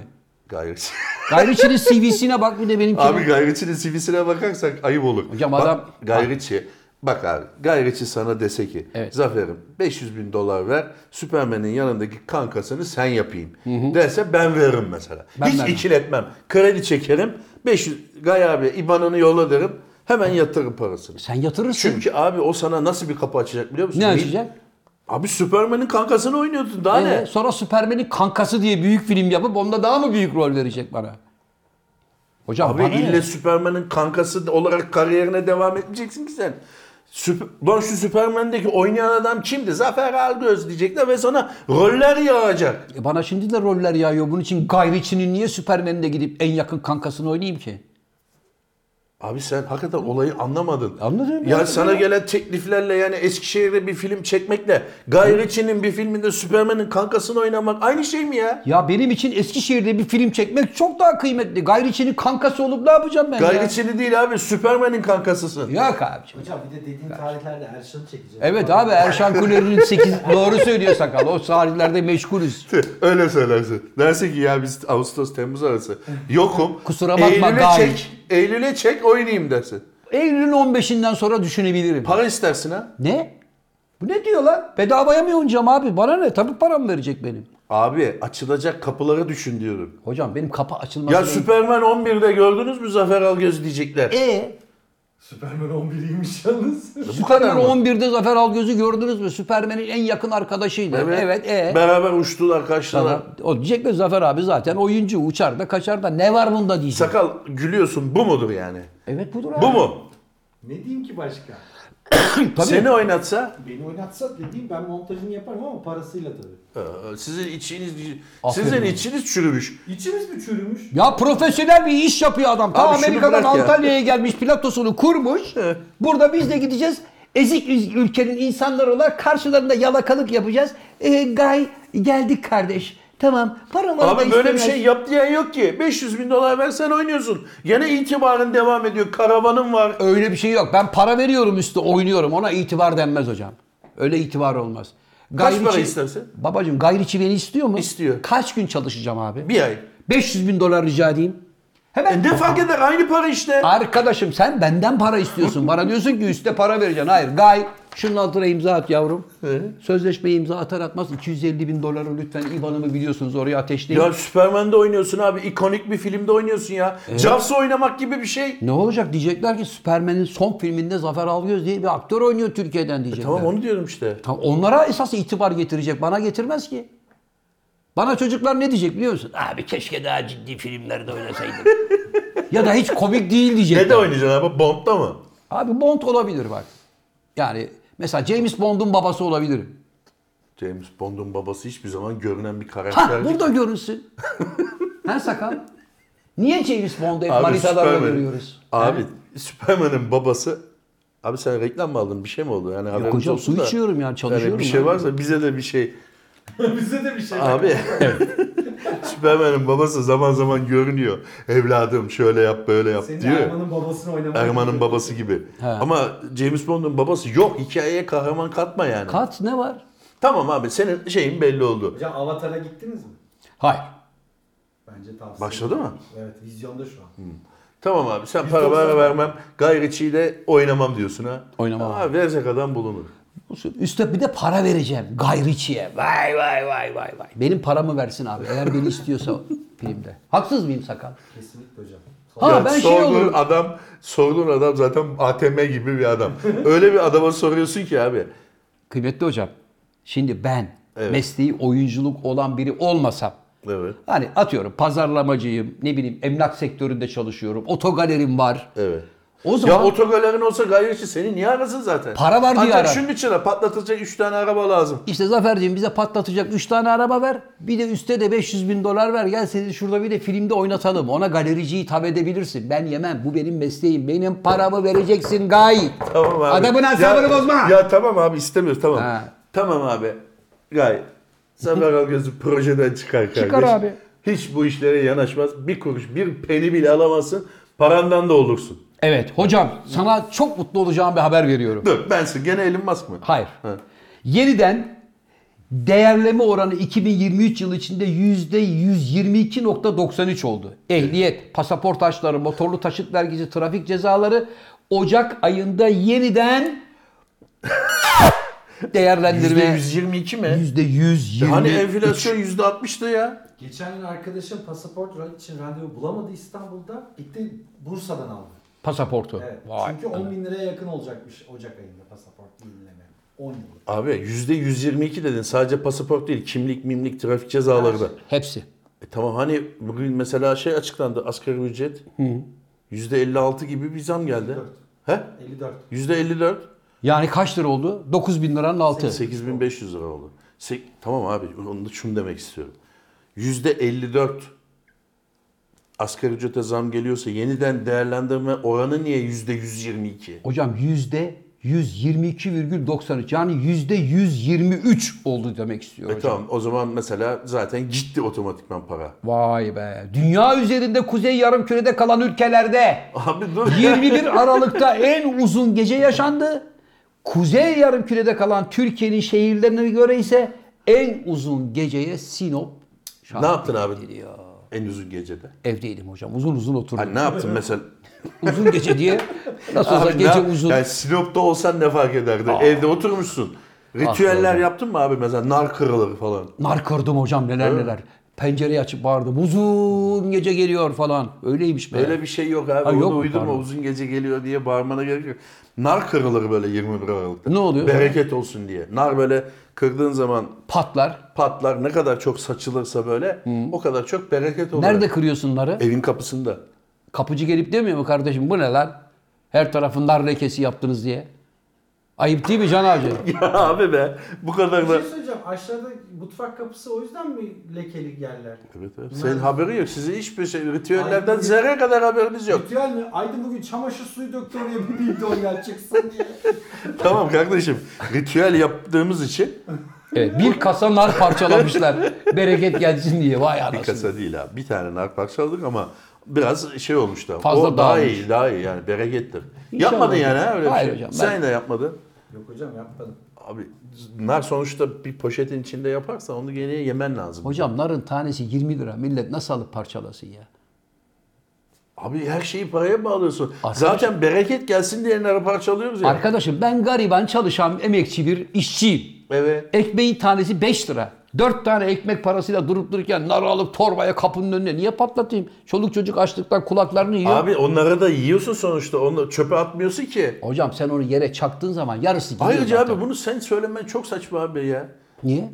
Guy (laughs) Ritchie. Guy Ritchie'nin CV'sine bak bir de benimkine. abi Guy Ritchie'nin CV'sine bakarsak ayıp olur. Hocam bak, adam- Guy Ritchie. Bak abi Guy Ritchie sana dese ki Evet. Zafer'im 500 bin dolar ver Superman'in yanındaki kankasını sen yapayım. Derse ben veririm mesela. Ben Hiç vermem. ikiletmem. Kredi çekerim. 500 Guy abi IBAN'ını yolla derim. Hemen yatırırım parasını. Sen yatırırsın. Çünkü abi o sana nasıl bir kapı açacak biliyor musun? ne Bir- açacak? Abi Superman'in kankasını oynuyordun daha ne? Ee, sonra Superman'in kankası diye büyük film yapıp onda daha mı büyük rol verecek bana? Hocam Abi bana ne? ille Superman'in kankası olarak kariyerine devam etmeyeceksin ki sen. Süper, lan şu Superman'deki oynayan adam kimdi? Zafer Algöz diyecekler ve sana roller yağacak. E, Bana şimdi de roller yağıyor. Bunun için Guy Ritchie'nin niye Superman'de gidip en yakın kankasını oynayayım ki? Abi sen hakikaten olayı anlamadın. Anladım, Ya anladım sana ya. gelen tekliflerle yani Eskişehir'de bir film çekmekle Guy Ritchie'nin bir filminde Superman'in kankasını oynamak aynı şey mi ya? Ya benim için Eskişehir'de bir film çekmek çok daha kıymetli. Guy Ritchie'nin kankası olup ne yapacağım ben Guy ya? Ritchie'li değil abi Superman'in kankasısın. Yok abiciğim. Hocam bir de dediğin tarihlerde Erşan'ı çekeceğiz. Evet abi er- Erşan Kuler'in 8 (laughs) doğru söylüyor sakal. O tarihlerde meşgulüz. Öyle söylersin. Dersin ki ya biz Ağustos Temmuz arası yokum. Kusura bakma Eylül'e Guy. çek, Eylül'e çek oynayayım dersin. Eylül'ün 15'inden sonra düşünebilirim. Para istersin ha? Ne? Bu ne diyor lan? Bedavaya mı yonacağım abi? Bana ne? Tabii param verecek benim. Abi açılacak kapıları düşün diyorum. Hocam benim kapı açılmaz. Ya Superman 11'de gördünüz mü Zafer Algöz diyecekler. E Superman 11'iymiş yalnız. Bu kadar Superman mı? 11'de Zafer Algöz'ü gördünüz mü? Superman'in en yakın arkadaşıydı. Evet, e. Beraber uçtular kaçtılar. Tamam. O diyecekler Zafer abi zaten oyuncu uçar da kaçar da ne var bunda diyecek. Sakal gülüyorsun bu mudur yani? evet budur abi. Bu mu? (laughs) Ne diyeyim ki başka? (coughs) Tabii. Seni oynatsa Beni oynatsa dediğim ben montajını yaparım ama parasıyla tabii. e, sizin içiniz Aferin sizin ona. içiniz çürümüş. İçimiz mi çürümüş? (laughs) Ya profesyonel bir iş yapıyor adam. Ta Abi şunu Amerika'dan bırak ya. Antalya'ya gelmiş platosunu kurmuş. Burada biz de gideceğiz. Ezik üz- ülkenin insanları olarak karşılarında yalakalık yapacağız. Ee, gay geldik kardeş. Tamam. Paramı da Abi böyle bir istemez. şey yap diyen yok ki. 500 bin dolar versen oynuyorsun. Gene itibarın devam ediyor. Karavanın var. Öyle bir şey yok. Ben para veriyorum üstü oynuyorum. Ona itibar denmez hocam. Öyle itibar olmaz. para istersin? Babacığım gayriçi beni istiyor mu? İstiyor. Kaç gün çalışacağım abi? Bir ay. 500 bin dolar rica edeyim. Hemen E ne fark eder? Aynı para işte. Arkadaşım sen benden para istiyorsun. Bana diyorsun ki üste para vereceksin. Hayır gay. Şunun altına imza at yavrum. Sözleşmeyi imza atar atmaz 250 bin doları lütfen IBAN'ımı biliyorsunuz oraya ateşleyin. Ya Superman'de oynuyorsun abi. ikonik bir filmde oynuyorsun ya. Jaws'ı oynamak gibi bir şey. Ne olacak diyecekler ki Superman'in son filminde Zafer Algöz diye bir aktör oynuyor Türkiye'den diyecekler. E, Tamam onu diyorum işte. Tam onlara esas itibar getirecek. Bana getirmez ki. Bana çocuklar ne diyecek biliyor musun? Abi keşke daha ciddi filmlerde oynasaydım. (laughs) ya da hiç komik değil diyecekler. Ne de oynayacaksın abi? Bond'da mı? Abi Bond olabilir bak. Yani mesela James Bond'un babası olabilirim. James Bond'un babası hiçbir zaman görünen bir Ha karakter değil. burada görünsün. (laughs) ha sakal. Niye James Bond'u hep Abi manitalarla Superman. görüyoruz? Abi Superman'ın babası Abi sen reklam mı aldın? Bir şey mi oldu? Yani haberimiz hocam, olsun su da. içiyorum yani, çalışıyorum bir şey yani. varsa bize de bir şey. Bize de bir şey. Abi (laughs) Superman'in babası zaman zaman görünüyor. Evladım şöyle yap böyle yap Senin diyor. Erman'ın babasını oynamak. Erman'ın babası gibi. Ama James Bond'un babası yok. Hikayeye kahraman katma yani. Kat ne var? tamam abi senin şeyin belli oldu. Hocam Avatar'a gittiniz mi? Hayır. Bence tavsiye. Başladı mı? Hmm. Evet vizyonda şu an. Tamam abi sen para bana vermem. Gayriçiyle oynamam diyorsun ha. Oynamam. Ama verecek adam bulunur. Üste bir de para vereceğim gayriçiye. Vay vay vay vay vay. Benim paramı versin abi eğer beni (laughs) istiyorsa filmde. Haksız mıyım sakal? Kesinlikle hocam. Ha Ya ben şey sorduğun olurum. adam, sorduğun adam zaten ATM gibi bir (laughs) adam. Öyle bir adama soruyorsun ki abi. Kıymetli hocam. Şimdi ben Evet. mesleği oyunculuk olan biri olmasam Evet. hani atıyorum pazarlamacıyım, ne bileyim emlak sektöründe çalışıyorum, otogalerim var. Evet. O zaman Ya otogalerin olsa gayriçi seni niye arasın zaten? Para var diye Ancak arar. şunun için de patlatılacak 3 tane araba lazım. İşte Zafer'cim bize patlatacak 3 tane araba ver. Bir de üste de 500 bin dolar ver. Gel seni şurada bir de filmde oynatalım. Ona galerici hitap edebilirsin. Ben yemem. Bu benim mesleğim. Benim paramı vereceksin gay. Tamam abi. Adamın asabını Ya- bozma. Ya tamam abi istemiyoruz tamam. Ha. Tamam abi. Gay. (laughs) Zafer Algöz'ü projeden çıkar kardeş. Çıkar abi. Hiç bu işlere yanaşmaz. Bir kuruş, bir peni bile alamazsın. Parandan da olursun. Evet hocam sana çok mutlu olacağım bir haber veriyorum. Dur bensin gene Elon Musk mı? Hayır. Ha. Yeniden değerleme oranı 2023 yılı içinde %122.93 oldu. Ehliyet, pasaport harçları, motorlu taşıt vergisi, trafik cezaları Ocak ayında (laughs) yeniden değerlendirme %122 mi? %120. Hani enflasyon %60'tı ya. Geçen gün arkadaşım pasaport ra- için randevu bulamadı İstanbul'da. Gitti Bursa'dan aldı. pasaportu. Evet. Vay. Çünkü 10 bin liraya yakın olacakmış Ocak ayında pasaport yenileme. 10 yıl. Abi %122 dedin. Sadece pasaport değil. Kimlik, mimlik, trafik cezaları da. Hepsi. E tamam hani bugün mesela şey açıklandı. Asgari ücret. %56 gibi bir zam geldi. He? 54. %54. Yani kaç lira oldu? 9 bin liranın altı. 8500 lira oldu. Sek- tamam abi onu da şunu demek istiyorum. %54 asgari ücrete zam geliyorsa yeniden değerlendirme oranı niye %122? Hocam yüzde 122,93 yani yüzde 123 oldu demek istiyorum. E tamam o zaman mesela zaten gitti otomatikman para. Vay be. Dünya üzerinde kuzey yarımkürede kalan ülkelerde Abi dur. 21 Aralık'ta en uzun gece yaşandı. Kuzey yarımkürede kalan Türkiye'nin şehirlerine göre ise en uzun geceye Sinop şahit Ne yaptın abi? edildi ya. En uzun gecede. Evdeydim hocam. Uzun uzun oturdum. Hani ne yaptın mesela? Uzun gece diye. Nasıl olsa Abi ne gece yap- uzun. Yani Sinop'ta olsan ne fark ederdi? Evde oturmuşsun. Ritüeller Ah hocam. yaptın mı abi mesela nar kırılır falan? Nar kırdım hocam neler neler. Pencereyi açıp bağırdım. Uzun gece geliyor falan. Öyleymiş be. Öyle bir şey yok abi. Ha, Onu yok mu? uydurma Pardon. uzun gece geliyor diye bağırmana gerek yok. Nar kırılır böyle 21 Aralık'ta. Ne oluyor? Bereket olsun diye. Nar böyle kırdığın zaman Patlar. patlar ne kadar çok saçılırsa böyle o kadar çok bereket olur. Nerede kırıyorsun narı? Evin kapısında. (laughs) Kapıcı gelip demiyor mu kardeşim bu ne lan? Her tarafından lekesi yaptınız diye. Ayıp değil mi Can Hacı? ya abi be bu kadar Bir da. şey söyleyeceğim. Aşağıda mutfak kapısı o yüzden mi lekeli yerler? Evet, evet. Senin haberi yok. Sizin hiçbir şey ritüellerden Aynen. zerre kadar haberiniz (laughs) yok. Ritüel mi? Aydın bugün çamaşır suyu döktü oraya bir bildi o yer çıksın (laughs) diye. tamam kardeşim. Ritüel yaptığımız için Evet, bir kasa nar parçalamışlar. (laughs) Bereket gelsin diye. Vay bir anasını. kasa değil abi. Bir tane nar parçaladık ama biraz şey olmuştu. Fazla o daha dağılmış. iyi, daha iyi yani berekettir. İnşallah Yapmadın hocam. yani ha öyle bir Hayır şey. hocam, ben- Sen de yapmadın. Yok hocam yapmadım. Abi nar sonuçta bir poşetin içinde yaparsan onu gene yemen lazım. Hocam narın tanesi 20 lira. Millet nasıl alıp parçalasın ya? Abi her şeyi paraya bağlıyorsun. Arkadaş- Zaten bereket gelsin diye narı parçalıyoruz ya. Arkadaşım ben gariban çalışan emekçi bir işçiyim. Evet. Ekmeğin tanesi 5 lira. 4 tane ekmek parasıyla durup dururken nar alıp torbaya kapının önüne niye patlatayım? Çoluk çocuk açlıktan kulaklarını yiyor. Abi onları da yiyorsun sonuçta. Onu çöpe atmıyorsun ki. Hocam sen onu yere çaktığın zaman yarısı gidiyor Ayrıca zaten. abi bunu sen söylemen çok saçma abi ya. Niye?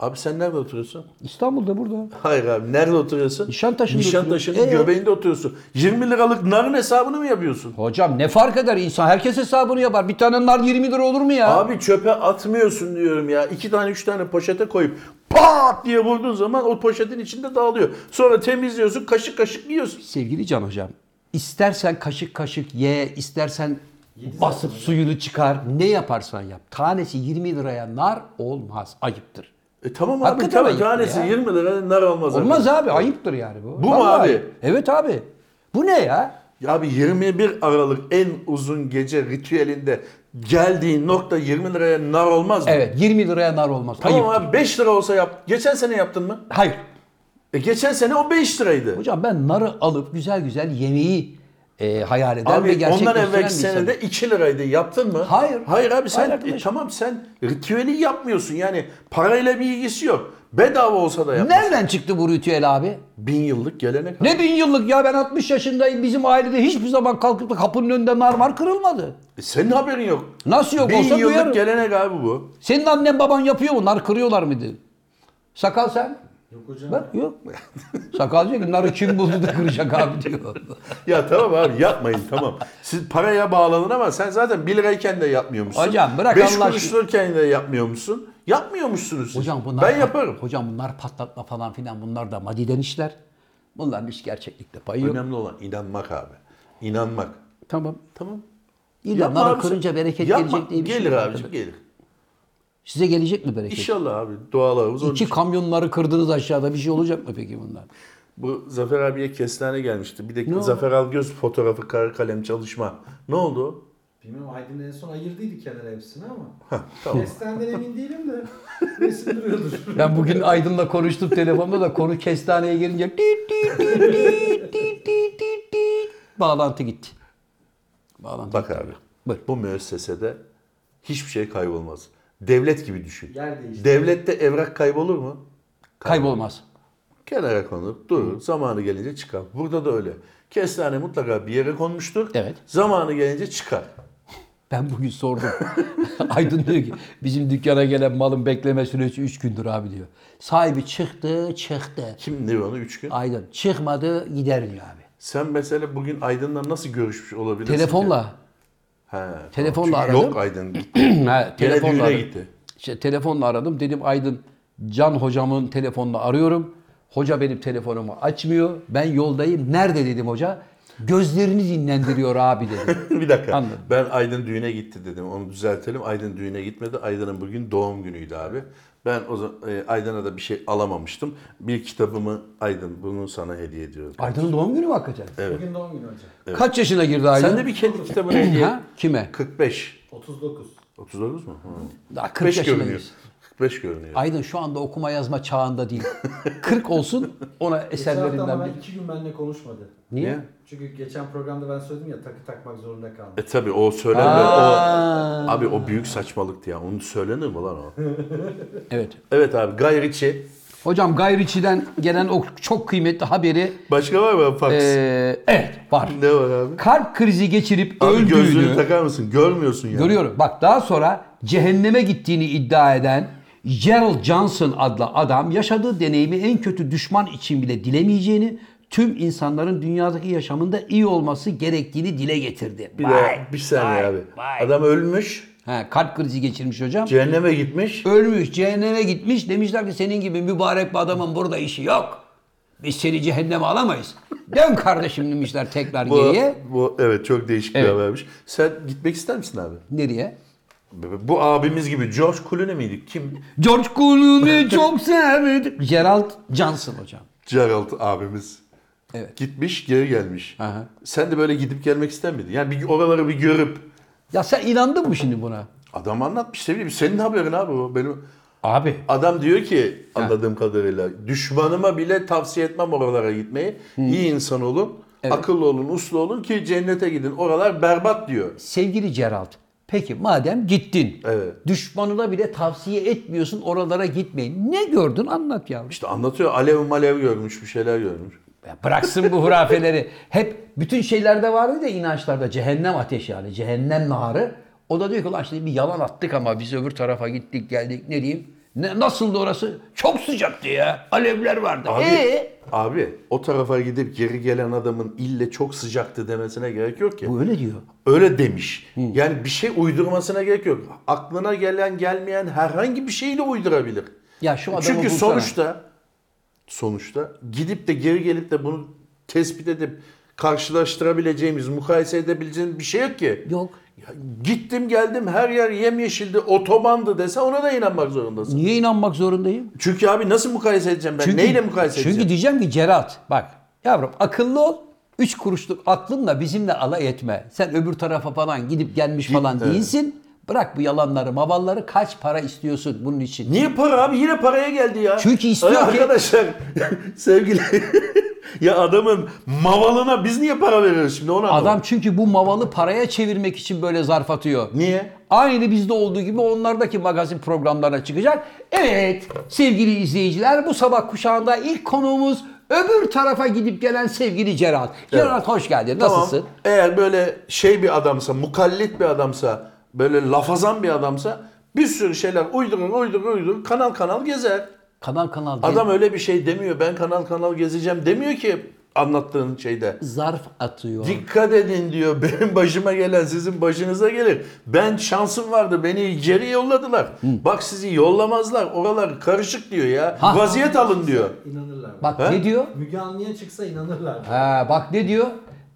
Abi sen nerede oturuyorsun? İstanbul'da burada. Hayır abi nerede oturuyorsun? Nişantaşı'nda Nişantaşı'nın oturuyorum. Ee? göbeğinde oturuyorsun. 20 liralık narın hesabını mı yapıyorsun? Hocam ne fark eder insan? Herkes hesabını yapar. Bir tane nar 20 lira olur mu ya? Abi çöpe atmıyorsun diyorum ya. İki tane üç tane poşete koyup pat diye vurduğun zaman o poşetin içinde dağılıyor. Sonra temizliyorsun kaşık kaşık yiyorsun. Sevgili Can Hocam, istersen kaşık kaşık ye, istersen Yedi basıp zaten. suyunu çıkar. Ne yaparsan yap. Tanesi 20 liraya nar olmaz. Ayıptır. E tamam abi Hakikaten tabii ayıp tanesi ya. 20 lira nar olmaz. Olmaz abi. Ayıptır yani bu. Bu mu abi? Evet abi. Bu ne ya? Ya abi 21 Aralık en uzun gece ritüelinde geldiğin nokta 20 liraya nar olmaz mı? Evet 20 liraya nar olmaz. Tamam Ayıp. abi 5 lira olsa yap. Geçen sene yaptın mı? Hayır. E geçen sene o 5 liraydı. Hocam ben narı alıp güzel güzel yemeği e, hayal eden ve Abi gerçekleştiren ondan bir evvelki insanım. senede 2 liraydı. Yaptın mı? Hayır. Hayır abi sen Hayır arkadaşım. e, tamam sen ritüeli yapmıyorsun. Yani parayla bir ilgisi yok. Bedava olsa da yap. Nereden çıktı bu ritüel abi? Bin yıllık gelenek. Ne bin yıllık ya ben 60 yaşındayım bizim ailede hiçbir zaman kalkıp da kapının önünde nar var kırılmadı. E, senin haberin yok. Nasıl yok Bin olsa yıllık duyarım. gelenek abi bu. Senin annen baban yapıyor mu? Nar kırıyorlar mıydı? Sakal sen? Yok hocam. Bak yok. Sakal diyor ki narı kim buldu da kıracak abi diyor. Ya tamam abi yapmayın tamam. Siz paraya bağlanın ama sen zaten 1 lirayken de yapmıyormuşsun. Hocam bırak 5 Allah kuruşluyken de yapmıyormuşsun. Yapmıyormuşsunuz siz. Hocam bunlar ben pat- yaparım. Hocam bunlar patlatma falan filan bunlar da madiden işler. Bunların hiç gerçeklikte payı yok. Önemli olan inanmak abi. İnanmak. Tamam. Tamam. İlla Yapma narı abi sen. kırınca bereket Yapma. gelecek diye bir şey Gelir yok abicim arkadaş. gelir. Size gelecek mi bereket? İnşallah abi dualarımız onun İki için. kamyonları kırdınız aşağıda bir şey olacak mı peki bunlar? Bu Zafer abiye kestane gelmişti. Bir de oldu? Zafer Algöz fotoğrafı kara kalem çalışma. Ne oldu? Bilmiyorum Aydın en son ayırdıydı kenara hepsini ama. (laughs) Heh, tamam. Kestenden emin değilim de. (laughs) Resim duruyordur. Ben bugün Aydın'la konuştum telefonda da konu kestaneye gelince düt düt düt düt düt düt düt düt. bağlantı gitti. Bağlantı. Bak abi. Buyur. Bu müessesede hiçbir şey kaybolmaz. Devlet gibi düşün. Yer değişti. Devlette evrak kaybolur mu? Kaybolmaz. Kenara konur, durur. Zamanı gelince çıkar. Burada da öyle. Kestane mutlaka bir yere konmuştur. Evet. Zamanı gelince çıkar. Ben bugün sordum. (laughs) Aydın diyor ki bizim dükkana gelen malın bekleme süresi 3 gündür abi diyor. Sahibi çıktı çıktı. Kim diyor onu 3 gün? Aydın çıkmadı gider diyor abi. Sen mesela bugün Aydın'la nasıl görüşmüş olabilirsin? ki? Telefonla. He, tamam. Telefonla Çünkü aradım. (clears throat) Yok Aydın gitti. ha, Gene telefonla düğüne aradım. gitti. İşte telefonla aradım. Dedim Aydın Can hocamın telefonunu arıyorum. Hoca benim telefonumu açmıyor. Ben yoldayım. Nerede dedim hoca. Gözlerini dinlendiriyor abi dedi. (laughs) bir dakika. Anladım. Ben Aydın düğüne gitti dedim. Onu düzeltelim. Aydın düğüne gitmedi. Aydın'ın bugün doğum günüydü abi. Ben o zaman e, Aydın'a da bir şey alamamıştım. Bir kitabımı Aydın bunu sana hediye ediyorum. (laughs) Aydın'ın doğum günü mü hakikaten? Bugün doğum günü hocam. Kaç yaşına girdi Aydın? Sen de bir kendi kitabını (clears throat) hediye. Ha? Kime? 45. 39. 39 mu? Hı. Daha 40 45 yaşına görünüyor. girsin. 45 görünüyor. Aydın şu anda okuma yazma çağında değil. 40 olsun (laughs) ona Geçen hafta ama eserlerinden ben biri. iki gün benimle konuşmadı. Niye? Çünkü geçen programda ben söyledim ya takı takmak zorunda kaldım. E tabi o söylenme o Aa. abi o büyük saçmalıktı ya. Onu söylenir mi lan o? Evet. evet abi Guy Ritchie. Hocam Gayriçi'den gelen o çok kıymetli haberi Başka var mı Fox? eee, evet var. ne var abi? Kalp krizi geçirip Abi gözlüğünü öldüğünü takar mısın? Görmüyorsun ya. Görüyorum. Bak daha sonra cehenneme gittiğini iddia eden Gerald Johnson adlı adam yaşadığı deneyimi en kötü düşman için bile dilemeyeceğini, tüm insanların dünyadaki yaşamında iyi olması gerektiğini dile getirdi. Bir Vay, de bir saniye vay, abi. vay. Adam ölmüş, Ha, kalp krizi geçirmiş hocam. cehenneme gitmiş. Ölmüş, cehenneme gitmiş. Demişler ki senin gibi mübarek bir adamın burada işi yok. Biz seni cehenneme alamayız. (laughs) Dön kardeşim demişler tekrar Bu, geriye. bu evet çok değişik bir Evet. habermiş. Sen gitmek ister misin abi? Nereye? Bu abimiz gibi George Clooney miydi? Kim? George (laughs) Clooney çok sevdim. Gerald Johnson hocam. Gerald abimiz. Evet. Gitmiş geri gelmiş. Aha. Sen de böyle gidip gelmek ister miydin? Yani bir oraları bir görüp Ya sen inandın mı şimdi buna? adam anlatmış ne bileyim senin haberin abi bu benim. Abi Adam diyor ki anladığım kadarıyla düşmanıma bile tavsiye etmem oralara gitmeyi. İyi insan olun, akıllı olun, uslu olun ki cennete gidin. Oralar berbat diyor. Sevgili Gerald, peki madem gittin, Evet. düşmanına bile tavsiye etmiyorsun oralara gitmeyin. Ne gördün anlat yavrum. İşte anlatıyor alev malev görmüş bir şeyler görmüş. Ya bıraksın bu hurafeleri. (laughs) Hep bütün şeylerde vardı ya inançlarda cehennem ateşi yani cehennem naharı. O da diyor ki ulan şimdi bir yalan attık ama biz öbür tarafa gittik geldik ne diyeyim. Ne, nasıldı orası? Çok sıcaktı ya. Alevler vardı. Abi, Ee? abi o tarafa gidip geri gelen adamın ille çok sıcaktı demesine gerek yok ki. Bu öyle diyor. Öyle demiş. Yani bir şey uydurmasına gerek yok. Aklına gelen gelmeyen herhangi bir şeyi de uydurabilir. Ya şu adamı Çünkü bulsana. sonuçta sonuçta gidip de geri gelip de bunu tespit edip karşılaştırabileceğimiz, mukayese edebileceğimiz bir şey yok ki. Yok. Ya gittim geldim her yer yemyeşildi, otobandı dese ona da inanmak zorundasın. Niye inanmak zorundayım? Çünkü abi nasıl mukayese edeceğim ben? E, Neyle mukayese edeceğim? Çünkü diyeceğim ki Cerat bak yavrum akıllı ol. Üç kuruşluk aklınla bizimle alay etme. Sen öbür tarafa falan gidip gelmiş falan evet. değilsin. Bırak bu yalanları, mavalları. Kaç para istiyorsun bunun için? Niye para abi? Yine paraya geldi ya. Çünkü istiyor Ay ki- Arkadaşlar (laughs) sevgili (laughs) ya adamın mavalına biz niye para veriyoruz şimdi ona Adam çünkü bu mavalı paraya çevirmek için böyle zarf atıyor. Niye? Aynı bizde olduğu gibi onlardaki magazin programlarına çıkacak. Evet sevgili izleyiciler bu sabah kuşağında ilk konuğumuz öbür tarafa gidip gelen sevgili Cerat. Cerat hoş geldin. Tamam. Nasılsın? Eğer böyle şey bir adamsa, mukallit bir adamsa, böyle lafazan bir adamsa bir sürü şeyler uydurur uydurur uydurur kanal kanal gezer. Kanal kanal. değil. Adam öyle bir şey demiyor. Ben kanal kanal gezeceğim demiyor ki anlattığın şeyde. zarf atıyor. Dikkat edin diyor. (laughs) Benim başıma gelen sizin başınıza gelir. Ben şansım vardı. Beni geri yolladılar. Bak sizi yollamazlar. Oralar karışık diyor ya. Ha. Vaziyet alın diyor. İnanırlar. Bak He? ne diyor? Müge Anlı'ya çıksa inanırlar. Ha, bak ne diyor?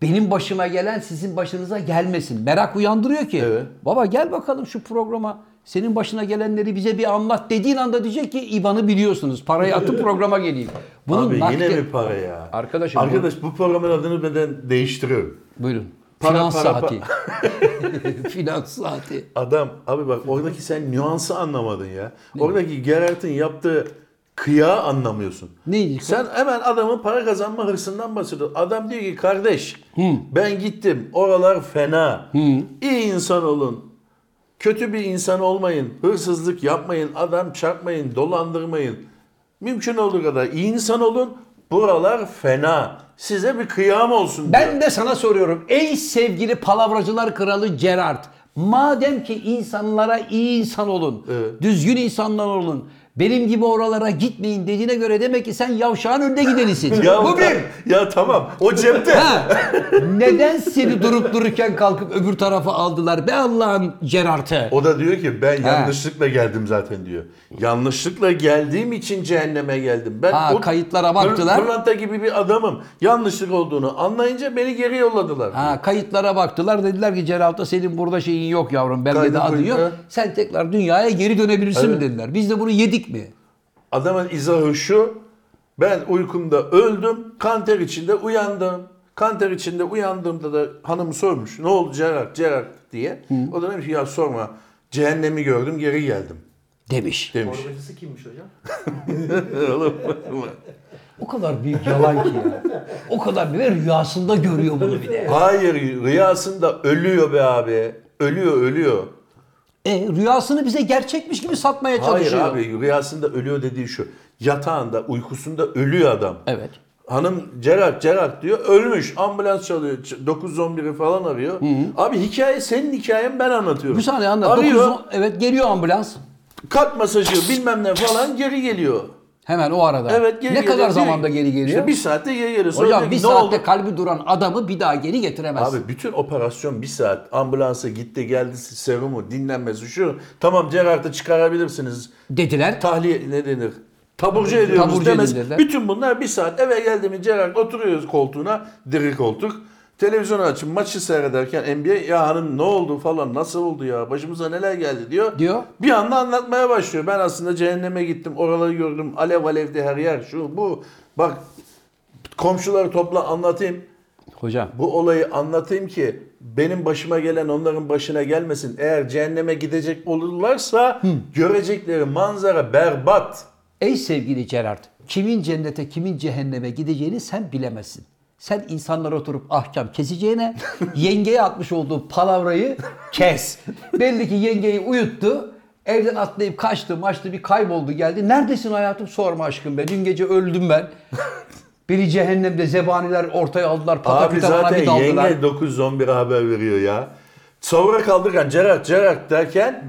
Benim başıma gelen sizin başınıza gelmesin. Merak uyandırıyor ki. Evet. Baba gel bakalım şu programa. Senin başına gelenleri bize bir anlat dediğin anda diyecek ki İvan'ı biliyorsunuz. Parayı atıp programa geleyim. Bunun Abi nakde- yine mi para ya? Arkadaşım Arkadaş bu programın adını benden değiştiriyorum. Buyurun. Para, Finans para, saati. (laughs) Finans saati. Adam abi bak oradaki sen nüansı anlamadın ya. Oradaki Gerard'ın yaptığı kıyağı anlamıyorsun. Neydi? Sen hemen adamın para kazanma hırsından bahsediyorsun. Adam diyor ki kardeş ben gittim oralar fena. İyi insan olun. Kötü bir insan olmayın. Hırsızlık yapmayın. Adam çarpmayın. Dolandırmayın. Mümkün olduğu kadar iyi insan olun. Buralar fena. Size bir kıyam olsun diyor. Ben de sana soruyorum. Ey sevgili palavracılar kralı Gerard. Madem ki insanlara iyi insan olun, Evet. düzgün insanlar olun, benim gibi oralara gitmeyin dediğine göre demek ki sen yavşağın önde gidenisin. (laughs) Ya, Bu bir. ya tamam o cepte. Ha, neden seni durup dururken kalkıp öbür tarafa aldılar be Allah'ın Gerard'ı? O da diyor ki ben yanlışlıkla geldim zaten diyor. Yanlışlıkla geldiğim için cehenneme geldim. Ben Ha, o kayıtlara pır- baktılar. Pırlanta gibi bir adamım. Yanlışlık olduğunu anlayınca beni geri yolladılar. Ha, kayıtlara baktılar dediler ki Gerald'da senin burada şeyin yok yavrum belgede Kaydı adı koydu, yok. ha. Sen tekrar dünyaya geri dönebilirsin mi dediler. Biz de bunu yedik mi? Adamın izahı şu. Ben uykumda öldüm. Kanter içinde uyandım. Kanter içinde uyandığımda da hanım sormuş. Ne oldu Gerard, Gerard diye. O da demiş ki, ya sorma. Cehennemi gördüm geri geldim Demiş. demiş. Kornacısı kimmiş hocam? O kadar büyük yalan ki ya. O kadar bir rüyasında görüyor bunu bir de. (laughs) Hayır rüyasında ölüyor be abi. Ölüyor ölüyor. E, rüyasını bize gerçekmiş gibi satmaya Hayır çalışıyor. abi rüyasında ölüyor dediği şu. Yatağında uykusunda ölüyor adam. Evet. Hanım Cerak Cerak diyor ölmüş ambulans çalıyor Ç- 911'i falan arıyor. Abi hikaye senin hikayen ben anlatıyorum. Bir saniye anlat. Arıyor Dokuz- evet geliyor ambulans. kalp masajı bilmem ne falan geri geliyor. Hemen o arada. Evet geri ne geliyor. kadar Geri- zamanda geri geliyor? İşte bir saatte geri geliyor. Sonra Hocam diyor bir ki, "Ne oldu?" saatte kalbi duran adamı bir daha geri getiremezsin. Abi bütün operasyon bir saat. Ambulansa gitti geldi serumu dinlenmesi şu. Tamam cerrahta çıkarabilirsiniz. Dediler. Tahliye ne denir? Taburcu ediyoruz Taburcu demez. edin dediler. Bütün bunlar bir saat. Eve geldi mi cerrah oturuyoruz koltuğuna. Diri koltuk. Televizyonu açıp maçı seyrederken NBA ya hanım ne oldu falan nasıl oldu ya başımıza neler geldi diyor. Diyor. Bir anda anlatmaya başlıyor. Ben aslında cehenneme gittim oraları gördüm alev alevdi her yer şu bu. Bak komşuları topla anlatayım. Hocam Bu olayı anlatayım ki benim başıma gelen onların başına gelmesin. Eğer cehenneme gidecek olurlarsa görecekleri manzara berbat. Ey sevgili Gerard, kimin cennete kimin cehenneme gideceğini sen bilemezsin. Sen insanlara oturup ahkam (laughs) keseceğine yengeye atmış olduğu palavrayı kes. Belli ki yengeyi uyuttu. Evden atlayıp kaçtı, maçtı bir kayboldu geldi. Neredesin hayatım sorma aşkım be. Dün gece öldüm ben. (laughs) Beni cehennemde zebaniler ortaya aldılar. Abi Pataküte bana bir zaten daldılar. yenge 911'e haber veriyor ya. Sahura kaldırırken Cerak Cerak derken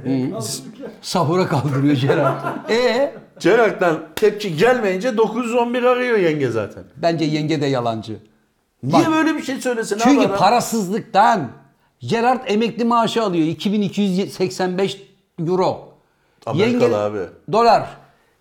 Sahura kaldırıyor (laughs) Gerard. e Cerak'tan tepki gelmeyince 911 arıyor yenge zaten. bence yenge de yalancı. Niye Bak- böyle bir şey söylesin abi Çünkü adam? parasızlıktan Gerard emekli maaşı alıyor 2285 euro. Amerikalı Yenge- abi. Dolar.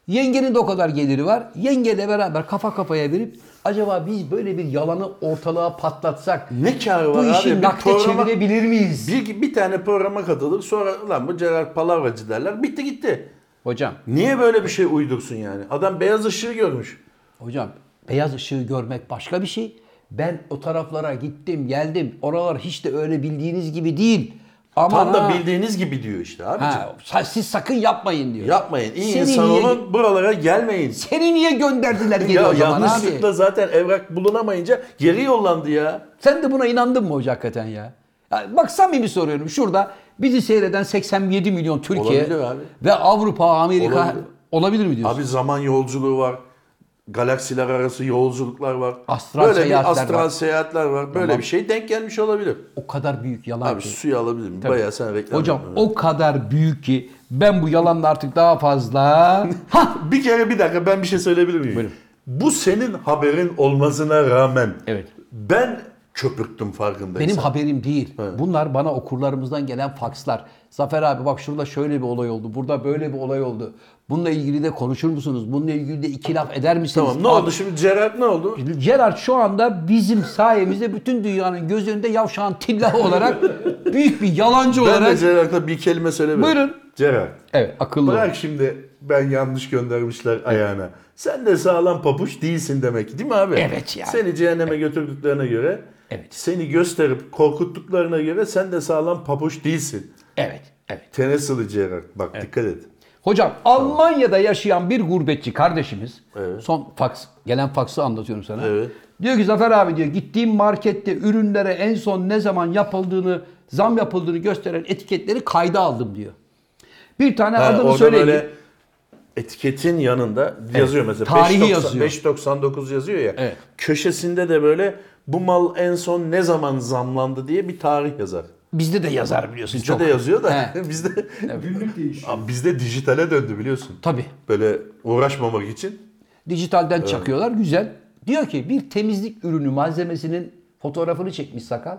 Yengenin de o kadar geliri var. Yengeyle beraber kafa kafaya verip acaba biz böyle bir yalanı ortalığa patlatsak Ne karı var bu abi? işi Bir nakde programa- çevirebilir miyiz? bir, bir tane programa katılır sonra lan bu Cerak palavracı derler bitti gitti. Hocam, Niye böyle bir şey uydursun yani? Adam beyaz ışığı görmüş. hocam beyaz ışığı görmek başka bir şey. Ben o taraflara gittim, geldim. Oralar hiç de öyle bildiğiniz gibi değil. Ama Tam da bildiğiniz gibi diyor işte abiciğim. Ha, sa- siz sakın yapmayın diyor. Yapmayın. İyi Seni insan niye- olun. Buralara gelmeyin. Seni niye gönderdiler geri Ya o zaman yanlışlıkla abi? zaten evrak bulunamayınca geri yollandı ya. Sen de buna inandın mı hoca hakikaten ya? ya bak samimi soruyorum. Şurada bizi seyreden 87 milyon Türkiye Olabilir abi. ve Avrupa, Amerika olabilir, Olabilir. mi diyorsun? Abi zaman yolculuğu var. Galaksiler arası yolculuklar var. Astral Böyle seyahatler bir astral var. seyahatler var. Böyle bir şey denk gelmiş olabilir. o kadar büyük yalan Abi ki. suyu alabilir miyim? Tabii. Bayağı sen reklam Hocam yapıyorsun. o kadar büyük ki ben bu yalanla artık daha (laughs) fazla ha Bir kere bir dakika ben bir şey söyleyebilir miyim? Ah! Buyurun. Bu senin haberin olmasına rağmen Evet. ben köpürttüm farkındaysan. Benim haberim değil. Bunlar bana okurlarımızdan gelen fakslar. Zafer abi bak şurada şöyle bir olay oldu. Burada böyle bir olay oldu. Bununla ilgili de konuşur musunuz? Bununla ilgili de iki laf eder misiniz? Tamam ne Abi, oldu şimdi Gerard ne oldu? Gerard şu anda bizim sayemizde bütün dünyanın göz önünde yavşağın tillahı (laughs) olarak büyük bir yalancı Ben de olarak. Gerard'la bir kelime söylemedim. Buyurun. Gerard. Evet akıllı. ol. Bırak şimdi ben yanlış göndermişler ayağına. Sen de sağlam papuç değilsin demek değil mi abi? Evet ya. Seni cehenneme götürdüklerine göre Evet. seni gösterip korkuttuklarına göre sen de sağlam papuç değilsin. Evet. Evet. Tennessee'li Gerard bak dikkat et. Hocam Almanya'da yaşayan bir gurbetçi kardeşimiz Evet. son faks gelen faksı anlatıyorum sana. Evet. Diyor ki Zafer abi diyor gittiğim markette ürünlere en son ne zaman yapıldığını zam yapıldığını gösteren etiketleri kayda aldım diyor. Bir tane Ha, adını orada söyleyin. böyle etiketin yanında yazıyor mesela. Tarihi 5.90 yazıyor. 5.99 yazıyor ya. Evet. Köşesinde de böyle bu mal en son ne zaman zamlandı diye bir tarih yazar. Bizde de yazar biliyorsun Bizde çok. de yazıyor da He. (laughs) bizde Günlük değişiyor. Abi bizde dijitale döndü biliyorsun. Tabii. Böyle uğraşmamak için Dijitalden çakıyorlar güzel. Diyor ki bir temizlik ürünü malzemesinin fotoğrafını çekmiş sakal.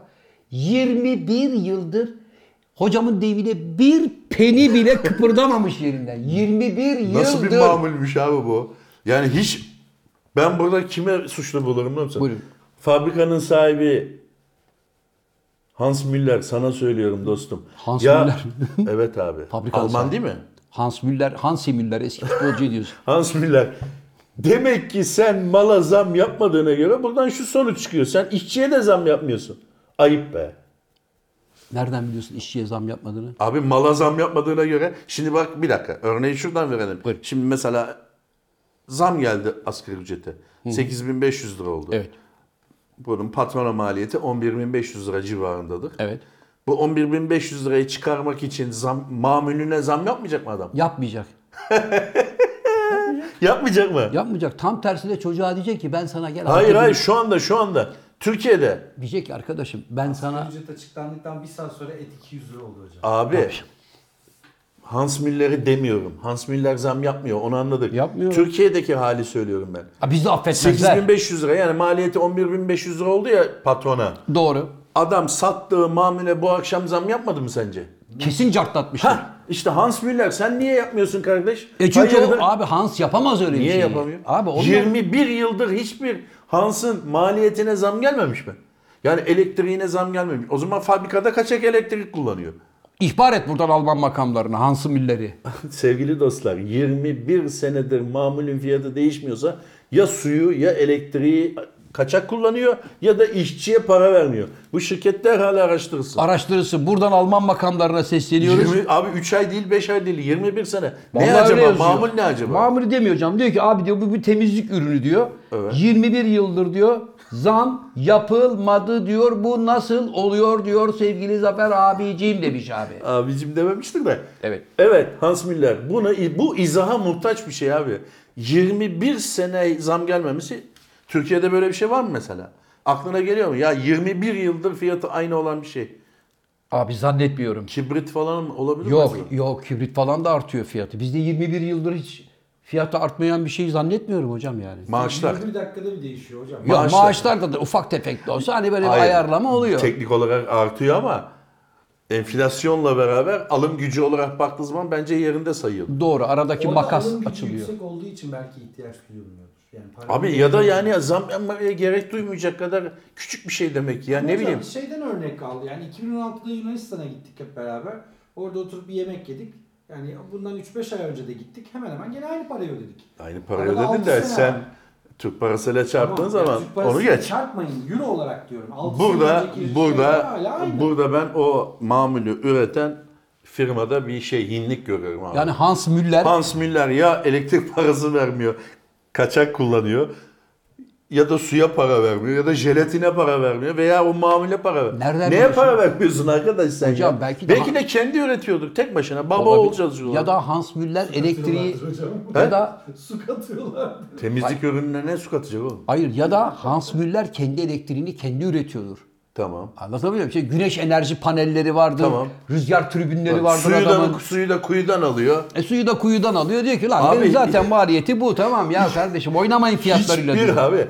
21 yıldır hocamın deyimiyle bir peni bile (laughs) kıpırdamamış yerinden. 21 Nasıl yıldır. bir mamulmüş abi bu? Yani hiç ben burada kime suçlu bulurum biliyor musun? Buyurun. Fabrikanın sahibi Hans Müller sana söylüyorum dostum. Hans Müller. (laughs) evet abi. Fabrikanın Alman sahibi. değil mi? Hans Müller, Hansi Müller eski futbolcu diyorsun. Hans Müller. Demek ki sen mala zam yapmadığına göre buradan şu sonuç çıkıyor. Sen işçiye de zam yapmıyorsun. Ayıp be. Nereden biliyorsun işçiye zam yapmadığını? Abi mala zam yapmadığına göre şimdi bak bir dakika örneği şuradan verelim. Şimdi mesela zam geldi asgari ücrete. 8500 lira oldu. Evet. Bunun patrona maliyeti 11.500 lira civarındadır. Evet. Bu 11.500 lirayı çıkarmak için zam, mamülüne zam yapmayacak mı adam? Yapmayacak. Yapmayacak mı? Yapmayacak. Tam tersine çocuğa diyecek ki ben sana gel. hayır Antep'e hayır git. şu anda şu anda Türkiye'de Diyecek ki arkadaşım ben sana Ücret açıklandıktan bir saat sonra et 200 lira oldu hocam. abi Hans Müller'i demiyorum. Hans Müller zam yapmıyor onu anladık. Yapmıyor. Türkiye'deki hali söylüyorum ben. Ha, bizi affetmezler. 8500 lira yani maliyeti 11500 lira oldu ya patrona. Doğru. Adam sattığı mamule bu akşam zam yapmadı mı sence? Kesin cartlatmışlar. Ha işte Hans Müller sen niye yapmıyorsun kardeş? E çünkü Hayırdır? o- abi Hans yapamaz öyle bir niye şeyi. yapamıyor? Abi onun 21 yıldır hiçbir Hans'ın maliyetine zam gelmemiş mi? Yani elektriğine zam gelmemiş. O zaman fabrikada kaçak elektrik kullanıyor. ihbar et buradan Alman makamlarına Hans'ı Müller'i. Sevgili dostlar 21 senedir mamulün fiyatı değişmiyorsa ya suyu ya elektriği kaçak kullanıyor ya da işçiye para vermiyor. Bu şirketler hala araştırsın. Araştırısı buradan Alman makamlarına sesleniyoruz. 20 abi 3 ay değil 5 ay değil 21 sene. ne Vallahi öyle acaba? yazıyor. Mamul ne acaba? Mamul demiyor hocam. Diyor ki abi diyor bu bir temizlik ürünü diyor. 21 yıldır diyor zam yapılmadı diyor. Bu nasıl oluyor diyor sevgili Zafer abiciğim demiş abi. Abicim dememiştir de. Evet. Evet Hans Müller buna bu izaha muhtaç bir şey abi. 21 sene zam gelmemesi Türkiye'de böyle bir şey var mı mesela? Aklına geliyor mu? Ya 21 yıldır fiyatı aynı olan bir şey. Abi zannetmiyorum. Kibrit falan olabilir mi? Yok acaba? yok kibrit falan da artıyor fiyatı. Bizde 21 yıldır hiç fiyatı artmayan bir şey zannetmiyorum hocam yani. Maaşlar. 20 dakikada bir değişiyor hocam. Yok maaşlar. maaşlarda da ufak tefek de olsa hani böyle bir Hayır. ayarlama oluyor. Teknik olarak artıyor ama enflasyonla beraber alım gücü olarak baktığı zaman bence yerinde sayılır. Doğru aradaki Orada makas alım gücü açılıyor. yüksek olduğu için belki ihtiyaç duyulmuyordur. Yani para- Abi ya da yani zam yapmaya gerek duymayacak kadar küçük bir şey demek ya ne Hocam, bileyim. Şeyden örnek al. Yani 2016'da Yunanistan'a gittik hep beraber. Orada oturup bir yemek yedik. Yani bundan 3-5 ay önce de gittik. Hemen hemen gene aynı parayı ödedik. Aynı parayı Arada ödedin altı de sene sen abi. Türk parasıyla çarptığın Tamam, zaman yani Türk onu parasını geç. Çarpmayın euro olarak diyorum. Altı sene Burada önceki şeyler burada şey hala aynı. burada ben o mamulü üreten firmada bir şey hinlik görüyorum abi. Yani Hans Müller Hans Müller ya elektrik parası vermiyor, kaçak kullanıyor ya da suya para vermiyor ya da jelatine para vermiyor veya o mamule para vermiyor. Nereden Neye biliyorsun? para vermiyorsun arkadaş sen Hocam ya? belki Belki, de- de, kendi üretiyorduk tek başına. Baba Olabilir. oğul çalışıyorlar. Ya da Hans Müller elektriği Katıyorlardır hocam. (laughs) ya da su katıyorlar. Temizlik ürününe ne su katacak oğlum? hayır ya da Hans Müller kendi elektriğini kendi üretiyordur. Tamam. Anlatabiliyor muyum? Şey, güneş enerji panelleri vardır. Tamam. Rüzgar tribünleri vardır Suyu adamın. da, suyu da kuyudan alıyor. E suyu da kuyudan alıyor. Diyor ki lan Abi- benim zaten maliyeti bu tamam ya kardeşim oynamayın fiyatlarıyla Hiçbir diyor. abi.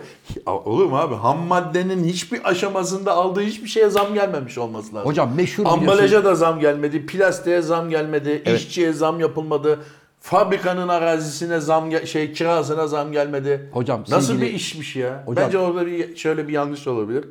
Ya Olur mu abi? Ham maddenin hiçbir aşamasında aldığı hiçbir şeye zam gelmemiş olması lazım. Hocam meşhur şey. biliyorsun. Ambalaja da zam gelmedi, plastiğe zam gelmedi, işçiye zam yapılmadı, fabrikanın arazisine zam ge- şey kirasına zam gelmedi. Hocam, nasıl sevgili- bir işmiş ya? Hocam- Bence orada bir şöyle bir yanlış olabilir.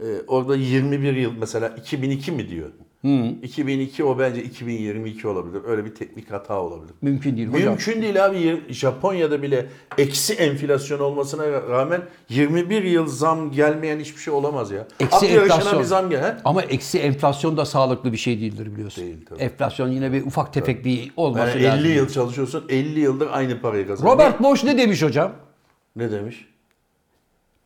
Ee, orada 21 yıl mesela 2002 mi diyor? Hmm. 2002 o bence 2022 olabilir. Öyle bir teknik hata olabilir. Mümkün değil hocam. Mümkün değil abi. Yir- Japonya'da bile eksi enflasyon olmasına rağmen 21 yıl zam gelmeyen hiçbir şey olamaz ya. Eksi At yarışına enflasyon. bir zam gel. he? Ama eksi enflasyon da sağlıklı bir şey değildir biliyorsun. Değil, tabii. Enflasyon yine bir ufak tefek bir Yani olması 50 lazım. yıl çalışıyorsun 50 yıldır aynı parayı kazanıyorsun. Robert Bosch ne demiş hocam? Ne demiş?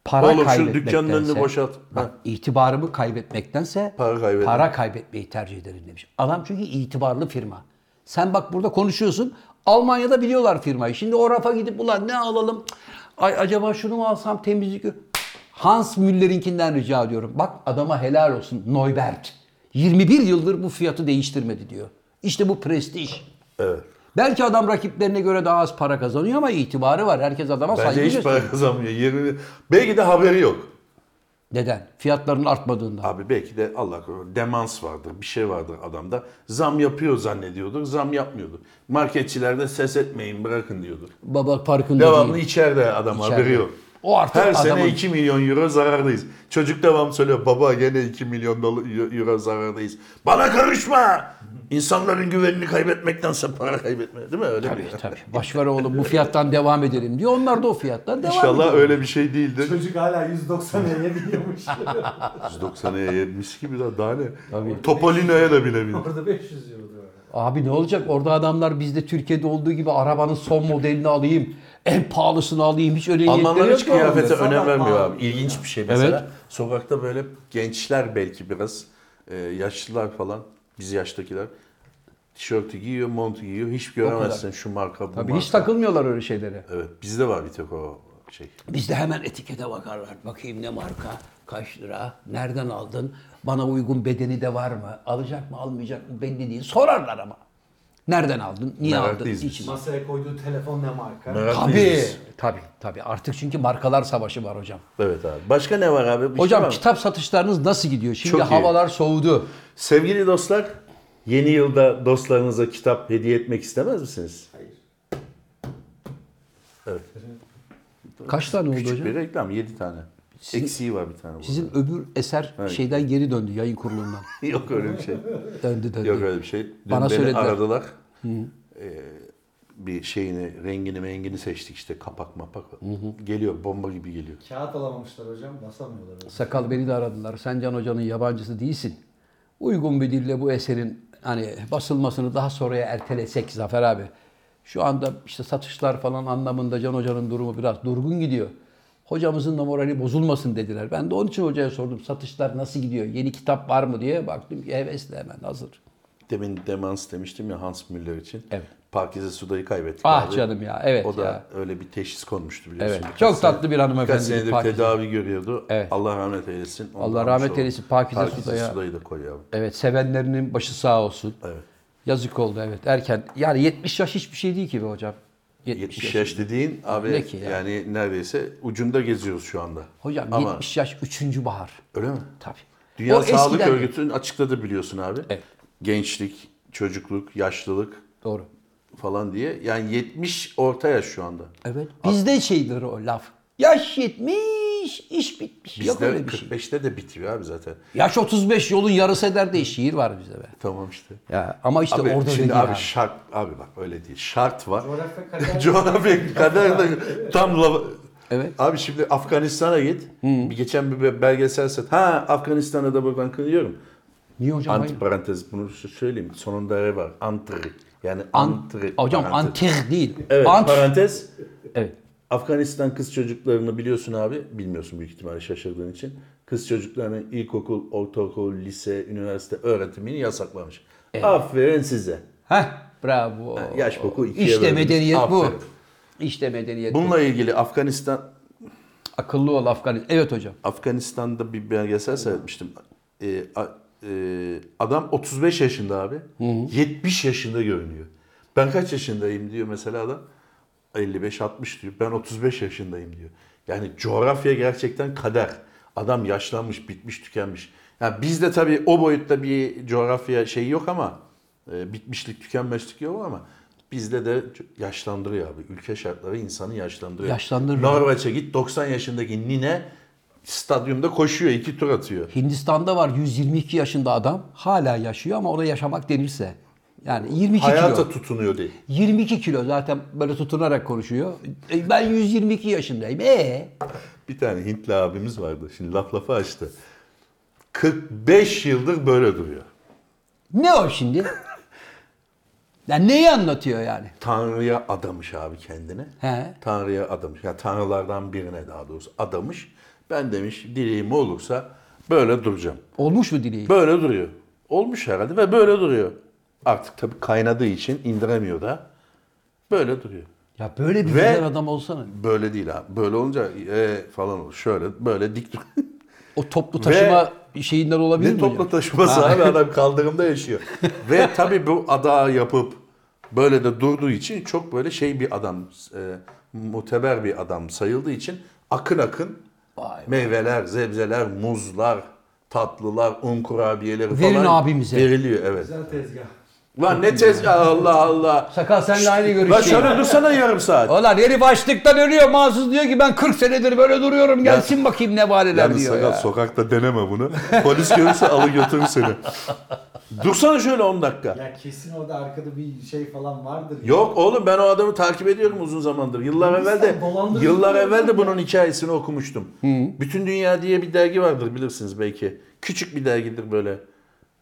Para Oğlum şu kaybetmektense- dükkanın önünü boşalt. Bak, Ha. itibarımı kaybetmektense Para kaybederim. para kaybetmeyi tercih ederim demiş. Adam çünkü itibarlı firma. Sen bak burada konuşuyorsun. Almanya'da biliyorlar firmayı. Şimdi o rafa gidip ulan ne alalım? Cık, Ay acaba şunu mu alsam temizlik? ürü-" Hans Müller'inkinden rica ediyorum. Bak adama helal olsun Neubert. 21 yıldır bu fiyatı değiştirmedi diyor. İşte bu prestij. Evet. Belki adam rakiplerine göre daha az para kazanıyor ama itibarı var. Herkes adama saygı Bence hiç gösteriyor. para kazanmıyor. 20 belki de haberi yok. Neden? Fiyatların artmadığından. Abi belki de Allah korusun demans vardır, bir şey vardır adamda. Zam yapıyor zannediyordur, zam yapmıyordur. Marketçiler de ses etmeyin, bırakın diyordur. Baba farkında Devamlı değil. içeride adam İçeride. haberi yok. O artık Her adamın- sene 2 milyon euro zarardayız. Çocuk devam söylüyor baba gene 2 milyon dola- euro zarardayız. Bana karışma! İnsanların güvenini kaybetmektense para kaybetme. Değil mi öyle bir- Tabii tabii. Baş ver oğlum bu fiyattan devam edelim diyor. Onlar da o fiyattan devam İnşallah ediyor. öyle bir şey değildir. Çocuk hala 190'a yemiyormuş. (laughs) 190'a yetmiş gibi daha, daha ne? Topolino'ya da binebilir. Orada 500 euro diyor. Abi ne olacak orada adamlar bizde Türkiye'de olduğu gibi arabanın son modelini alayım. En pahalısını alayım. Hiç öyle niyetleri Almanlar hiç yok ya. kıyafete Sabah önem vermiyor pahalı. abi. İlginç bir şey mesela. Sokakta böyle gençler belki biraz e, yaşlılar falan biz yaştakiler tişörtü giyiyor, montu giyiyor. Hiç göremezsin şu marka bu Tabii marka. hiç takılmıyorlar öyle şeylere. Evet bizde var bir tek o şey. Bizde hemen etikete bakarlar. Bakayım ne marka, kaç lira, nereden aldın, bana uygun bedeni de var mı, alacak mı almayacak mı belli değil. Sorarlar ama. Nereden aldın? Niye aldın? Meraklıyız biz. Niçin? aldın? Masaya koyduğu telefon ne marka? Tabii. Meraklıyız. Tabii tabii. Artık çünkü markalar savaşı var hocam. Evet abi. Başka ne var abi? Bir şey var Hocam mı? kitap satışlarınız nasıl gidiyor? Şimdi Çok iyi. havalar soğudu. Sevgili dostlar, yeni yılda dostlarınıza kitap hediye etmek istemez misiniz? Hayır. Kaç tane oldu Küçük hocam? bir reklam, 7 tane. Eksiği var bir tane. Sizin öbür eser şeyden geri döndü yayın kurulundan. burada. (laughs) Yok öyle bir şey. Döndü döndü. Yok öyle bir şey. Dün Ee, Bana beni söylediler. aradılar. Ee, bir şeyini, rengini mengini seçtik işte kapak mapak. Geliyor, bomba gibi geliyor. Kağıt alamamışlar hocam. Basamıyorlar. Sakal beni de aradılar. Sen Can Hoca'nın yabancısı değilsin. Uygun bir dille bu eserin hani basılmasını daha sonraya ertelesek Zafer abi. Şu anda işte satışlar falan anlamında Can Hoca'nın durumu biraz durgun gidiyor. Hocamızın da morali bozulmasın dediler. Ben de onun için hocaya sordum. Satışlar nasıl gidiyor? Yeni kitap var mı diye baktım. ki Hevesle hemen hazır. Demin demans demiştim ya Hans Müller için. Evet. Parkize Suda'yı kaybettik Ah abi. canım ya, evet O da ya. öyle bir teşhis konmuştu biliyorsun. Evet, Birkaç çok sene- tatlı bir hanımefendi Birkaç senedir Parkize. tedavi görüyordu. Evet. Allah rahmet eylesin. Onu Allah da rahmet almış eylesin. olalım. Parkize Parkize Suda'ya- Suda'yı da koyalım. Evet sevenlerinin başı sağ olsun. Evet. Yazık oldu evet erken. Yani 70 yaş hiçbir şey değil ki be hocam. 70 yaş, dediğin abi Ne ki ya? yani neredeyse ucunda geziyoruz şu anda. Hocam Ama 70 yaş 3. bahar. öyle mi? Tabii. Dünya O Sağlık eskiden- Örgütü'nün açıkladı biliyorsun abi. Evet. Gençlik, çocukluk, yaşlılık Doğru. falan diye. Yani 70 orta yaş şu anda. Evet. Bizde şeydir o laf. Yaş 70, iş bitmiş. Yok Bizde öyle bir şey. 45'te de bitiyor abi zaten. Yaş 35 yolun yarısı eder diye şiir var bizde be. Tamam işte. Ya ama işte abi, orada şimdi da abi abi. şart abi bak öyle değil. Şart var. (laughs) Coğrafya kader- Coğrafya kader de tam lava. Evet. Abi şimdi Afganistan'a git. Bir geçen bir be- belgesel sat. Ha Afganistan'a da bak ben kınıyorum. Niye hocam? hayır? Antiparantez bunu şu- söyleyeyim. Sonunda R var. Antri. Yani An- antri. hocam parantez. antir değil. Evet Ant- parantez. Evet. Afganistan kız çocuklarını biliyorsun abi. Bilmiyorsun büyük ihtimalle şaşırdığın için. Kız çocuklarının ilkokul, ortaokul, lise, üniversite öğretimini yasaklamış. Aferin size. Heh, bravo. yaş boku ikiye İşte bölünmüş. medeniyet bu. Aferin. İşte medeniyet bu. Bununla ilgili Afganistan Akıllı ol Afganistan. Evet hocam. Afganistan'da bir belgesel seyretmiştim. Ee, a- e, adam 35 yaşında abi. 70 yaşında görünüyor. Ben kaç yaşındayım diyor mesela adam. 55-60 diyor. Ben 35 yaşındayım diyor. Yani coğrafya gerçekten kader. Adam yaşlanmış, bitmiş, tükenmiş. Yani bizde tabii o boyutta bir coğrafya şeyi yok ama e, bitmişlik, tükenmişlik yok ama bizde de yaşlandırıyor abi. Ülke şartları insanı yaşlandırıyor. Yaşlandırıyor. Norveç'e git 90 yaşındaki nine stadyumda koşuyor, iki tur atıyor. Hindistan'da var 122 yaşında adam hala yaşıyor ama ona yaşamak denirse. Yani 22 Hayata kilo. tutunuyor değil. 22 kilo zaten böyle tutunarak konuşuyor. E, Ben 122 yaşındayım. E Bir tane Hintli abimiz vardı. Şimdi laf lafı açtı. 45 yıldır böyle duruyor. ne o şimdi? (laughs) Yani neyi anlatıyor yani? Tanrı'ya adamış abi kendini. He. Tanrı'ya adamış. Ya tanrılardan birine daha doğrusu adamış. Ben demiş dileğim olursa böyle duracağım. Olmuş mu dileği? Böyle duruyor. Olmuş herhalde ve böyle duruyor. Artık tabii kaynadığı için indiremiyor da. Böyle duruyor. Ya böyle bir Ve- güzel adam olsana. Böyle değil abi. Böyle olunca e, falan olur. Şöyle böyle dik dur. O toplu taşıma şeyinden olabilir Ne mi hocam? topla taşıması abi adam (laughs) kaldırımda yaşıyor. Ve tabii bu ada yapıp böyle de durduğu için çok böyle şey bir adam, e, muteber bir adam sayıldığı için akın akın Vay be. meyveler, zebzeler, muzlar, tatlılar, un kurabiyeleri Verin falan abimize. veriliyor evet. Güzel tezgah. Lan ne tezgah Allah Allah. Sakal senle aynı Lan görüşteyim. şöyle dursana yarım saat. Ulan herif açlıktan ölüyor. Mahsus diyor ki ben 40 senedir böyle duruyorum. Gelsin bakayım ne bareler Yalnız diyor sakal ya. sokakta deneme bunu. Polis görürse alır götürür seni. Dursana şöyle 10 dakika. Ya kesin orada arkada bir şey falan vardır. ya. Yok oğlum ben o adamı takip ediyorum uzun zamandır. Yıllar Hindistan evvel de dolandırıcı yıllar bir evvel de ülke. bunun hikayesini okumuştum. Bütün Dünya diye bir dergi vardır bilirsiniz belki. Küçük bir dergidir böyle.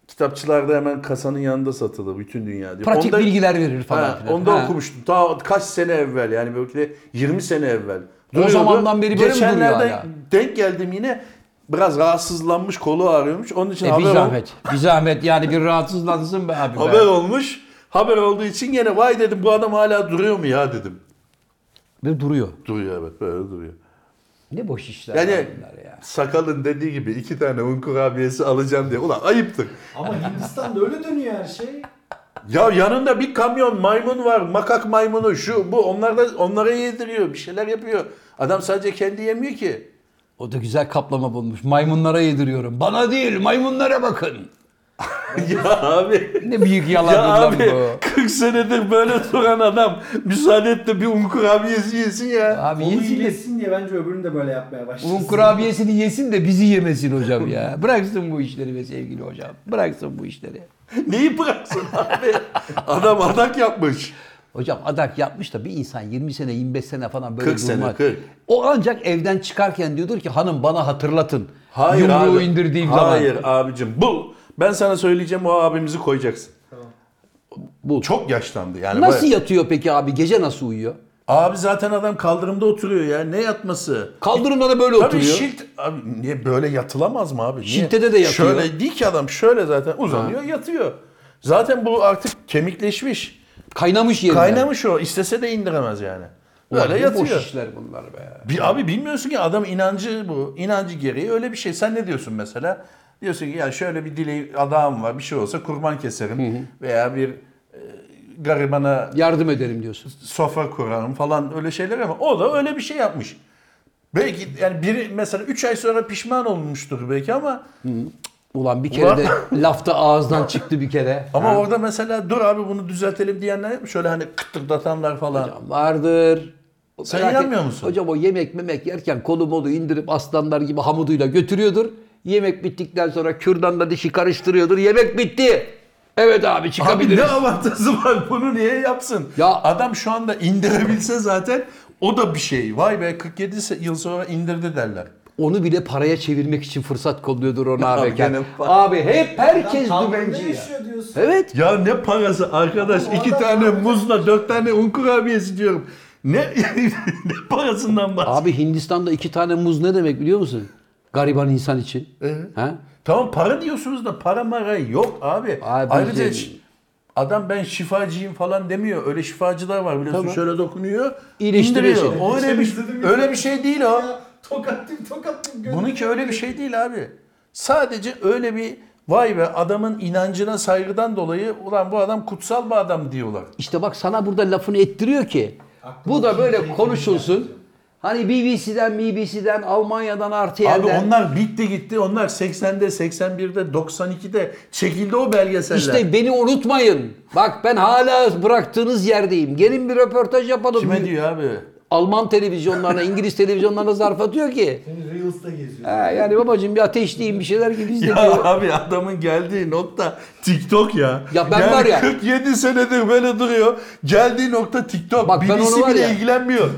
Kitapçılarda hemen kasanın yanında satılır bütün dünya diye. Pratik Onda- bilgiler verir falan Ha, filan. onda Ha. Ee, okumuştum. Daha kaç sene evvel yani belki de 20 sene evvel. zamandan beri böyle mi duruyor Geçenlerde hala? denk geldim yine biraz rahatsızlanmış kolu ağrıyormuş. Onun için E bir haber, ol- zahmet. Bir zahmet yani bir rahatsızlansın be abi. be. haber olmuş. Haber olduğu için yine vay dedim bu adam hala duruyor mu ya dedim. Ve duruyor. Duruyor evet böyle duruyor. Ne boş işler Yani var bunlar ya. sakalın dediği gibi iki tane un kurabiyesi alacağım diye. Ulan ayıptır. (laughs) Ama Hindistan'da öyle dönüyor her şey. Ya yanında bir kamyon maymun var. Makak maymunu şu bu onlar da onlara yediriyor. Bir şeyler yapıyor. Adam sadece kendi yemiyor ki. O da güzel kaplama bulmuş. Maymunlara yediriyorum. Bana değil maymunlara bakın. ya abi. Ne büyük yalan Ya lan abi bu. 40 senedir böyle duran adam müsaade et de bir un kurabiyesi yesin ya. Abi Onu yesin de iyileşsin diye bence öbürünü de böyle yapmaya başlasın. Bunun kurabiyesini yesin de bizi yemesin hocam ya. Bıraksın bu işleri be sevgili hocam. Bıraksın bu işleri. Neyi bıraksın abi? Adam adak yapmış. Hocam adak yapmış da bir insan 20 sene 25 sene falan böyle 40 sene, durmaz. 40. O ancak evden çıkarken diyordur ki hanım bana hatırlatın. Hayır Yumruğu abi. indirdiğim zaman. Hayır abicim bul. Ben sana söyleyeceğim o abimizi koyacaksın. Bu çok yaşlandı yani. Nasıl Bak- yatıyor peki abi? Gece nasıl uyuyor? Abi zaten adam kaldırımda oturuyor ya. Ne yatması? Kaldırımda da böyle Tabii oturuyor. şilt abi niye böyle yatılamaz mı abi? Niye? Şiltede de yatıyor. Şöyle değil ki adam şöyle zaten uzanıyor yatıyor. Zaten bu artık kemikleşmiş. Kaynamış yerine. Kaynamış o. İstese de indiremez yani. Ulan Böyle ne yatıyor. boş işler bunlar be. Bir, abi bilmiyorsun ki adam inancı bu. İnancı gereği öyle bir şey. Sen ne diyorsun mesela? Diyorsun ki ya şöyle bir dileği adağım var. Bir şey olsa kurban keserim. Veya bir e, garibana Yardım ederim diyorsun. sofra kurarım falan öyle şeyler ama o da öyle bir şey yapmış. Belki yani biri mesela 3 ay sonra pişman olmuştur belki ama Ulan bir kere Ulan- de lafta ağızdan çıktı bir kere. ama orada mesela dur abi bunu düzeltelim diyenler yapmış. Şöyle hani kıtırdatanlar falan. Hocam vardır. O Sen merak et- inanmıyor musun? Hocam o yemek memek yerken kolu molu indirip aslanlar gibi hamuduyla götürüyordur. Yemek bittikten sonra kürdanla dişi karıştırıyordur. Yemek bitti. Evet abi Abi çıkabiliriz. ne avantajı var (laughs) bunu niye yapsın? Ya- adam şu anda indirebilse zaten o da bir şey. Vay be 47 se- yıl sonra indirdi derler. Onu bile paraya çevirmek için fırsat kolluyordur ona Abi abi. gene para- Abi hep herkes Adam dümenci kaldırımda ya. yaşıyor diyorsun. Evet. Ya ne parası arkadaş Ama o iki adam- şey. tane muzla dört tane un kurabiyesi diyorum. Ne, (laughs) ne parasından bahsediyorsun? Abi Hindistan'da iki tane muz ne demek biliyor musun? Gariban insan için. Ee? Evet. Ha? Tamam para diyorsunuz da para mara yok abi. Abi Ayrıca şey- ş- adam ben şifacıyım falan demiyor. Öyle şifacılar var biliyorsun Tamam. şöyle dokunuyor. İyileştiriyor indiriyor. seni. O öyle bir, İzledim ya. öyle bir şey değil o. Ya, Tokatlıyım tokatlıyım. Gönlüm Bununki öyle bir şey değil abi. Sadece öyle bir vay be adamın inancına saygıdan dolayı ulan bu adam kutsal bir adam diyorlar. İşte bak sana burada lafını ettiriyor ki. Aklıma bu da bir böyle şey konuşulsun. gelmeyeceğim. Hani BBC'den, BBC'den, Almanya'dan, RTL'den. Abi onlar bitti gitti. Onlar 80'de, 81'de, 92'de çekildi o belgeseller. İşte beni unutmayın. Bak ben hala bıraktığınız yerdeyim. Gelin bir röportaj yapalım. Kime diyor abi? Alman televizyonlarına, İngiliz televizyonlarına zarf atıyor ki. Seni (laughs) Reels'ta geziyor. Ha, yani babacığım bir ateşliyim bir şeyler gibi izle Ya diyor. abi adamın geldiği nokta TikTok ya. Ya ben var ya- 47 senedir böyle duruyor. Geldiği nokta TikTok. Bak ben onu BBC var bile ya- ilgilenmiyor.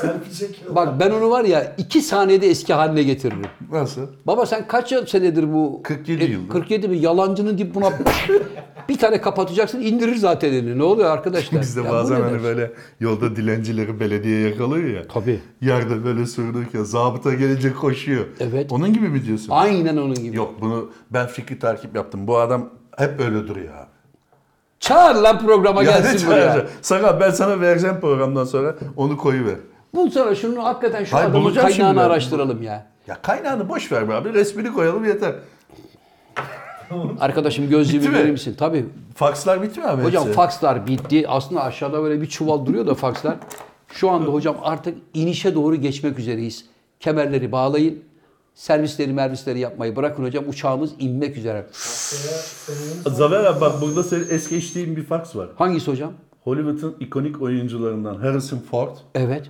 Selfie çekiyor. Bak ben onu var ya iki saniyede eski haline getiririm. Nasıl? Baba sen kaç yıl senedir bu? 47 yıldır. 47 mi? Yalancının dip (laughs) buna bir tane kapatacaksın indirir zaten elini. Ne oluyor arkadaşlar? Biz de Ya bu bazen ne hani der? böyle yolda dilencileri belediye yakalıyor ya. Tabii. Yerde böyle sürünürken zabıta gelince koşuyor. Evet. Onun gibi mi diyorsun? Aynen onun gibi. Yok bunu ben fikri takip yaptım. Bu adam hep böyle duruyor abi. Çağır lan programa Yani gelsin çağıracağım. buraya. Sakal ben sana vereceğim programdan sonra onu koyuver. Bulsana şunu hakikaten şu Hayır, adamın bulacağım şimdi kaynağını ben. araştıralım ya. Ya kaynağını boş ver be abi. Resmini koyalım yeter. Arkadaşım gözlüğümü Bitti mi? verir misin? Tabii. Fakslar bitti mi abi? Hocam hepsi? fakslar bitti. Aslında aşağıda böyle bir çuval duruyor da fakslar. Şu anda hocam artık inişe doğru geçmek üzereyiz. Kemerleri bağlayın. Servisleri mervisleri yapmayı bırakın hocam. Uçağımız inmek üzere. Haftaya senenin Zafer abi bak burada senin es geçtiğin bir faks var. Hangisi hocam? Hollywood'un ikonik oyuncularından Harrison Ford. Evet.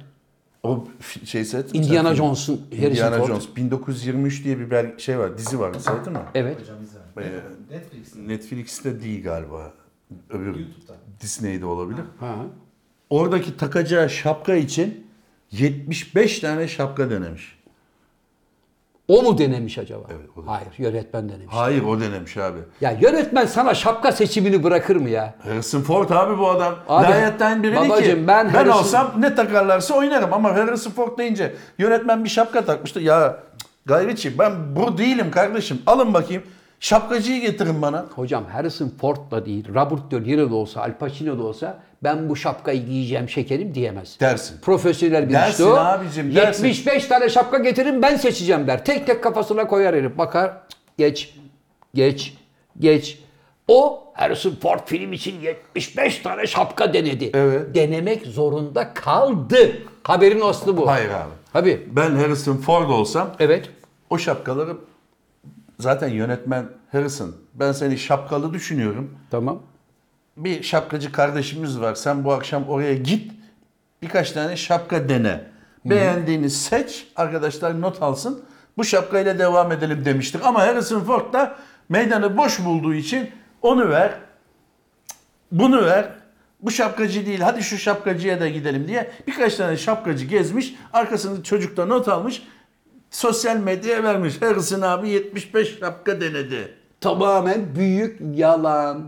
O f- şey seyrettin mi sen Indiana filmi? Johnson, Harrison Indiana Ford. Jones. 1923 diye bir bel- şey var. Dizi var. Seyrettin mi? Evet. hocam izlerim. Ee, Netflix'in. Netflix'te değil galiba. Öbür YouTube'da. Disney'de olabilir. Ha. Oradaki takacağı şapka için 75 tane şapka denemiş. O mu denemiş acaba? Evet, o da- Hayır, yönetmen denemiş. Hayır o denemiş abi. Ya yönetmen sana şapka seçimini bırakır mı ya? Harrison Ford abi bu adam. Abi, Lanetten biri değil babacım, ben ki. Ben, Harrison- olsam ne takarlarsa oynarım ama Harrison Ford deyince yönetmen bir şapka takmıştı. Ya gayriçi ben bu değilim kardeşim. Alın bakayım. Şapkacıyı getirin bana. Hocam Harrison Ford da değil, Robert De Niro da olsa, Al Pacino da olsa ben bu şapkayı giyeceğim şekerim diyemez. Dersin. Profesyonel bir Dersin işte o. abicim, dersin. 75 tane şapka getirin ben seçeceğim der. Tek tek kafasına koyar herif. Bakar cık, geç, geç, geç. O Harrison Ford film için 75 tane şapka denedi. Evet. Denemek zorunda kaldı. Haberin aslı bu. Hayır abi. Tabii. Ben Harrison Ford olsam Evet. o şapkaları zaten yönetmen Harrison ben seni şapkalı düşünüyorum. Tamam. Bir şapkacı kardeşimiz var. Sen bu akşam oraya git. Birkaç tane şapka dene. Beğendiğini seç. Arkadaşlar not alsın. Bu şapkayla devam edelim demiştik. Ama Harrison Ford da meydanı boş bulduğu için onu ver. Bunu ver. Bu şapkacı değil. Hadi şu şapkacıya da gidelim diye birkaç tane şapkacı gezmiş. Arkasını çocukta not almış. Sosyal medyaya vermiş. Harrison abi 75 şapka denedi. Tamamen büyük yalan.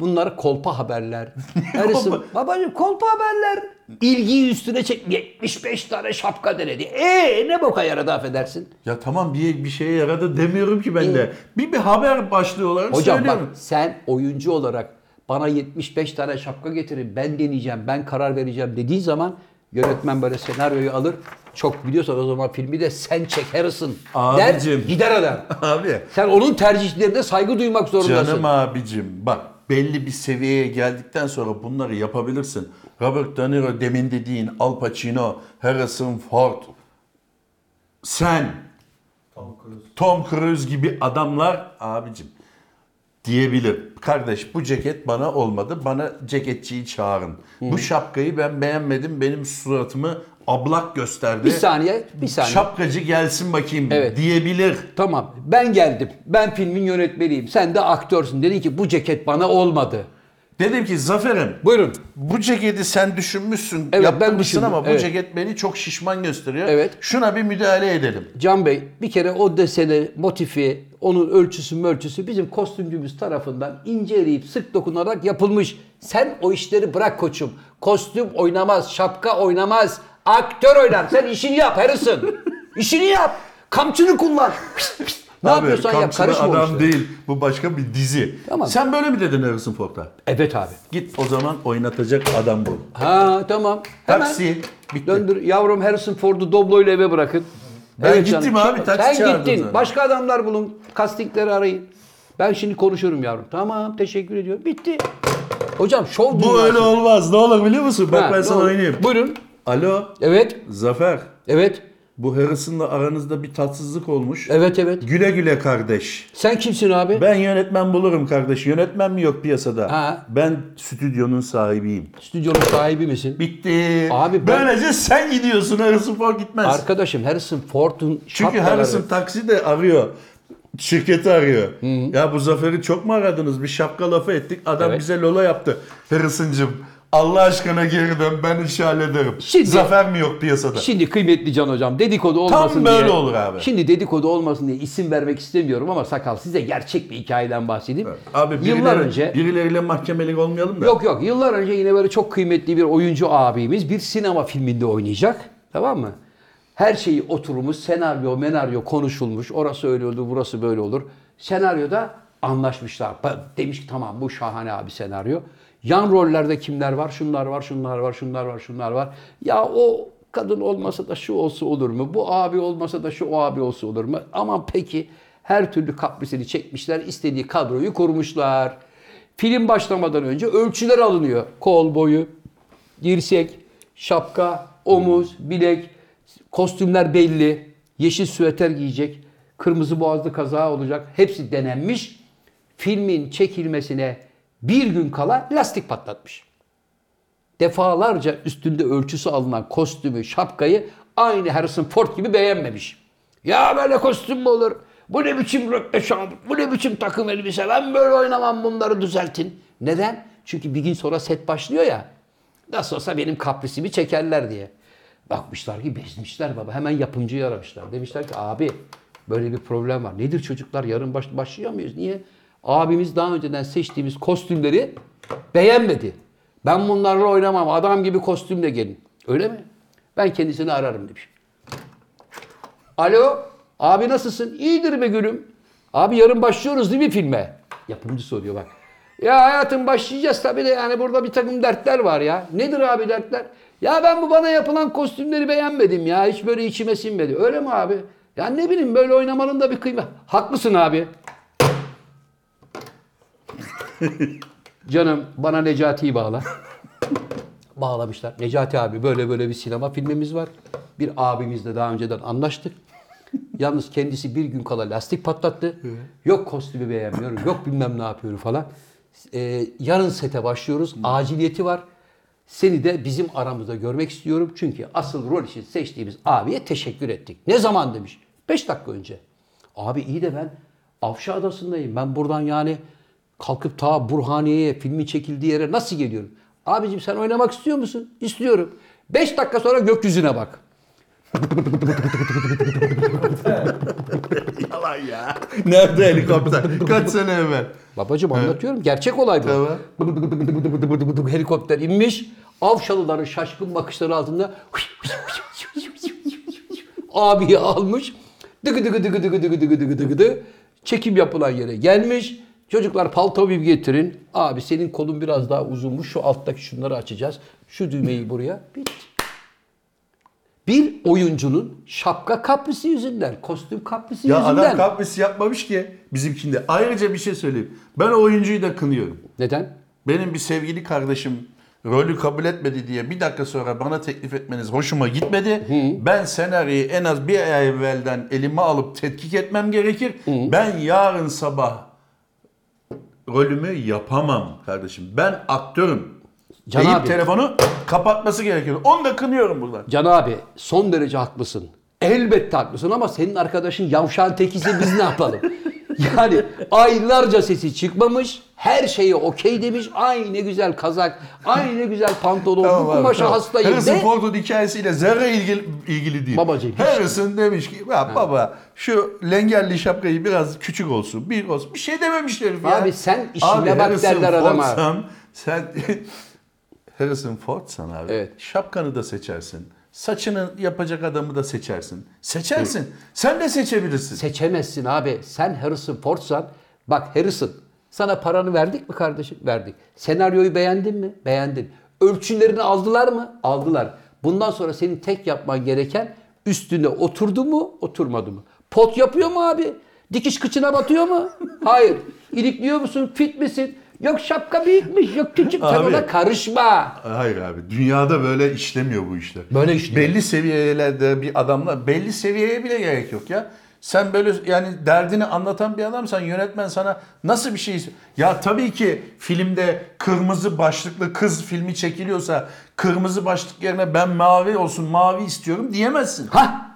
Bunlar kolpa (laughs) haberler. Harrison, babacığım kolpa haberler. İlgiyi üstüne çek. 75 tane şapka denedi. E ne boka yaradı affedersin. Ya tamam bir, bir şeye yaradı demiyorum ki ben de. Bir bir haber başlığı olarak Ee, Hocam bak söylüyorum. sen oyuncu olarak bana 75 tane şapka getirin ben deneyeceğim ben karar vereceğim dediği zaman yönetmen böyle senaryoyu alır. Çok biliyorsan o zaman filmi de sen çek Harrison der Abicim. gider adam. Abi Sen onun tercihlerine saygı duymak zorundasın. canım abicim bak belli bir seviyeye geldikten sonra bunları yapabilirsin. Robert De Niro demin dediğin Al Pacino, Harrison Ford, sen, Tom Cruise. Tom Cruise gibi adamlar abicim diyebilir. Kardeş bu ceket bana olmadı. Bana ceketçiyi çağırın. Bu şapkayı ben beğenmedim. Benim suratımı ablak gösterdi. Bir saniye bir saniye. Şapkacı gelsin bakayım Evet. diyebilir. Tamam ben geldim ben filmin yönetmeniyim sen de aktörsün dedi ki bu ceket bana olmadı. Dedim ki Zafer'im Buyurun. bu ceketi sen düşünmüşsün, Evet, yaptırmışsın ben düşündüm, ama bu evet. ceket beni çok şişman gösteriyor. Evet. Şuna bir müdahale edelim. Can Bey bir kere o deseni, motifi, onun ölçüsü mölçüsü bizim kostümcümüz tarafından inceleyip sık dokunarak yapılmış. Sen o işleri bırak koçum. Kostüm oynamaz, şapka oynamaz. Aktör oynar. Sen işini yap Harrison. İşini yap. Kamçını kullan. ne Abi, yapıyorsan yap. kamçılı Karışma o adam işlere. değil. Bu başka bir dizi. Tamam. Sen böyle mi dedin Harrison Ford'a? Evet abi. Git o zaman oynatacak adam bul. Ha tamam. Hemen. Taksi. Bitti. Döndür. Yavrum Harrison Ford'u Doblo'yla eve bırakın. Ben gittim abi, taksi Sen çağırdım gittin. zaten. Başka adamlar bulun. Castingleri arayın. Ben şimdi konuşurum yavrum. Tamam teşekkür ediyorum. Bitti. Hocam şov Bu dünyası. öyle olmaz. Ne olur biliyor musun? Bak Ha, ben sana doğru. oynayayım. Buyurun. Alo. Evet. Zafer. Evet. Bu Harrison'la aranızda bir tatsızlık olmuş. Evet evet. Güle güle kardeş. Sen kimsin abi? Ben yönetmen bulurum kardeş. Yönetmen mi yok piyasada? Ha. Ben stüdyonun sahibiyim. Stüdyonun sahibi misin? Bitti. Abi ben- Böylece sen gidiyorsun Harrison Ford gitmez. Arkadaşım Harrison Ford'un Çünkü şapkaları- Harrison taksi de arıyor. Şirketi arıyor. Ya bu Zafer'i çok mu aradınız? Bir şapka lafı ettik. Adam Evet. bize lola yaptı. Harrison'cığım Allah aşkına geri dön ben işi hallederim. Şimdi- Zafer mi yok piyasada? Şimdi kıymetli Can Hocam dedikodu Tam olmasın diye. böyle olur abi. Şimdi dedikodu olmasın diye isim vermek istemiyorum ama sakal size gerçek bir hikayeden bahsedeyim. Abi birileri, yıllar önce birileriyle mahkemelik olmayalım da. Yok yok yıllar önce yine böyle çok kıymetli bir oyuncu abimiz bir sinema filminde oynayacak. Tamam mı? Her şeyi oturmuş, senaryo menaryo konuşulmuş. Orası öyle olur, burası böyle olur. Senaryoda anlaşmışlar. Ba- Demiş ki tamam bu şahane abi senaryo. Yan rollerde kimler var? Şunlar var, şunlar var, şunlar var, şunlar var. Ya o kadın olmasa da şu olsa olur mu? Bu abi olmasa da şu o abi olsa olur mu? Aman peki her türlü kaprisini çekmişler. istediği kadroyu kurmuşlar. Film başlamadan önce ölçüler alınıyor. Kol boyu, dirsek, şapka, omuz, bilek, kostümler belli. Yeşil süveter giyecek, kırmızı boğazlı kaza olacak. Hepsi denenmiş. Filmin çekilmesine bir gün kala lastik patlatmış. Defalarca üstünde ölçüsü alınan kostümü, şapkayı aynı Harrison Ford gibi beğenmemiş. Ya böyle kostüm mü olur? Bu ne biçim röpmeşan, bu ne biçim takım elbise, ben böyle oynamam bunları düzeltin. Neden? Çünkü bir gün sonra set başlıyor ya. Nasıl olsa benim kaprisimi çekerler diye. Bakmışlar ki bezmişler baba. Hemen yapımcıyı aramışlar. Demişler ki abi böyle bir problem var. Nedir çocuklar yarın baş, başlıyor muyuz? Niye? Abimiz daha önceden seçtiğimiz kostümleri beğenmedi. Ben bunlarla oynamam. Adam gibi kostümle gelin. Öyle mi? Ben kendisini ararım demiş. Alo, abi nasılsın? İyidir be gülüm. Abi yarın başlıyoruz değil mi filme? Yapımcı soruyor bak. Ya hayatım başlayacağız tabii de yani burada bir takım dertler var ya. Nedir abi dertler? Ya ben bu bana yapılan kostümleri beğenmedim ya. Hiç böyle içime sinmedi. Öyle mi abi? Ya ne bileyim böyle oynamanın da bir kıymet. Haklısın abi. Canım bana Necati'yi bağla. (laughs) Bağlamışlar. Necati abi böyle böyle bir sinema filmimiz var. Bir abimizle daha önceden anlaştık. Yalnız kendisi bir gün kala lastik patlattı. Yok kostümü beğenmiyorum, yok bilmem ne yapıyorum falan. Ee, yarın sete başlıyoruz. Aciliyeti var. Seni de bizim aramızda görmek istiyorum. Çünkü asıl rol için seçtiğimiz abiye teşekkür ettik. Ne zaman demiş? 5 dakika önce. Abi iyi de ben Avşa Adası'ndayım. Ben buradan yani kalkıp ta Burhaniye'ye filmin çekildiği yere nasıl geliyorum? Abicim sen oynamak istiyor musun? İstiyorum. 5 dakika sonra gökyüzüne bak. (laughs) Yalan ya. Nerede (laughs) helikopter? Kaç sene evvel? Babacım anlatıyorum. Gerçek olay bu. Tamam. Bıdı bıdı bıdı bıdı bıdı bıdı bıdı helikopter inmiş. Avşalıların şaşkın bakışları altında abiyi almış. Dıgı dıgı dıgı dıgı dıgı dıgı dıgı dıgı dı. Çekim yapılan yere gelmiş. Çocuklar palto bir getirin. Abi senin kolun biraz daha uzunmuş. Şu alttaki şunları açacağız. Şu düğmeyi buraya. Bitti. Bir oyuncunun şapka kaprisi yüzünden, kostüm kaprisi Ya yüzünden. adam kaprisi yapmamış ki bizimkinde. Ayrıca bir şey söyleyeyim. Ben o oyuncuyu da kınıyorum. Neden? Benim bir sevgili kardeşim rolü kabul etmedi diye bir dakika sonra bana teklif etmeniz hoşuma gitmedi. Ben senaryoyu en az bir ay evvelden elime alıp tetkik etmem gerekir. Ben yarın sabah rolümü yapamam kardeşim. Ben aktörüm. Can Deyip abi. telefonu kapatması gerekiyor. Onu da kınıyorum buradan. Can abi son derece haklısın. Elbette haklısın ama senin arkadaşın yavşan tekisi biz ne (laughs) yapalım? Yani aylarca sesi çıkmamış, her şeye okey demiş. Ay ne güzel kazak, ay ne güzel pantolon, bu abi, kumaşa tamam. hastayım Harrison de. Ford'un hikayesiyle zerre ilgili, ilgili değil. Babacığım, hiç- Harrison demiş ki ya baba şu lengelli şapkayı biraz küçük olsun, bir olsun. Bir şey dememiş herif ya. Abi sen işine bak Harrison derler adama. Ford'san sen (laughs) Harrison Ford'san abi. Evet. Şapkanı da seçersin. Saçını yapacak adamı da seçersin. Seçersin. Sen de seçebilirsin. Seçemezsin abi. Sen Harrison Ford'san, bak Harrison sana paranı verdik mi kardeşim? Verdik. Senaryoyu beğendin mi? Beğendin. Ölçülerini aldılar mı? Aldılar. Bundan sonra senin tek yapman gereken üstüne oturdu mu, oturmadı mı? Pot yapıyor mu abi? Dikiş kıçına batıyor mu? Hayır. İlikliyor musun? Fit misin? Yok şapka büyükmüş, yok küçük. Sen Abi. ona karışma. Hayır abi dünyada böyle işlemiyor bu işler. Böyle işliyor. Belli seviyelerde bir adamla belli seviyeye bile gerek yok ya. Sen böyle yani derdini anlatan bir adamsan yönetmen sana nasıl bir şey ya tabii ki filmde kırmızı başlıklı kız filmi çekiliyorsa kırmızı başlık yerine ben mavi olsun mavi istiyorum diyemezsin. Ha!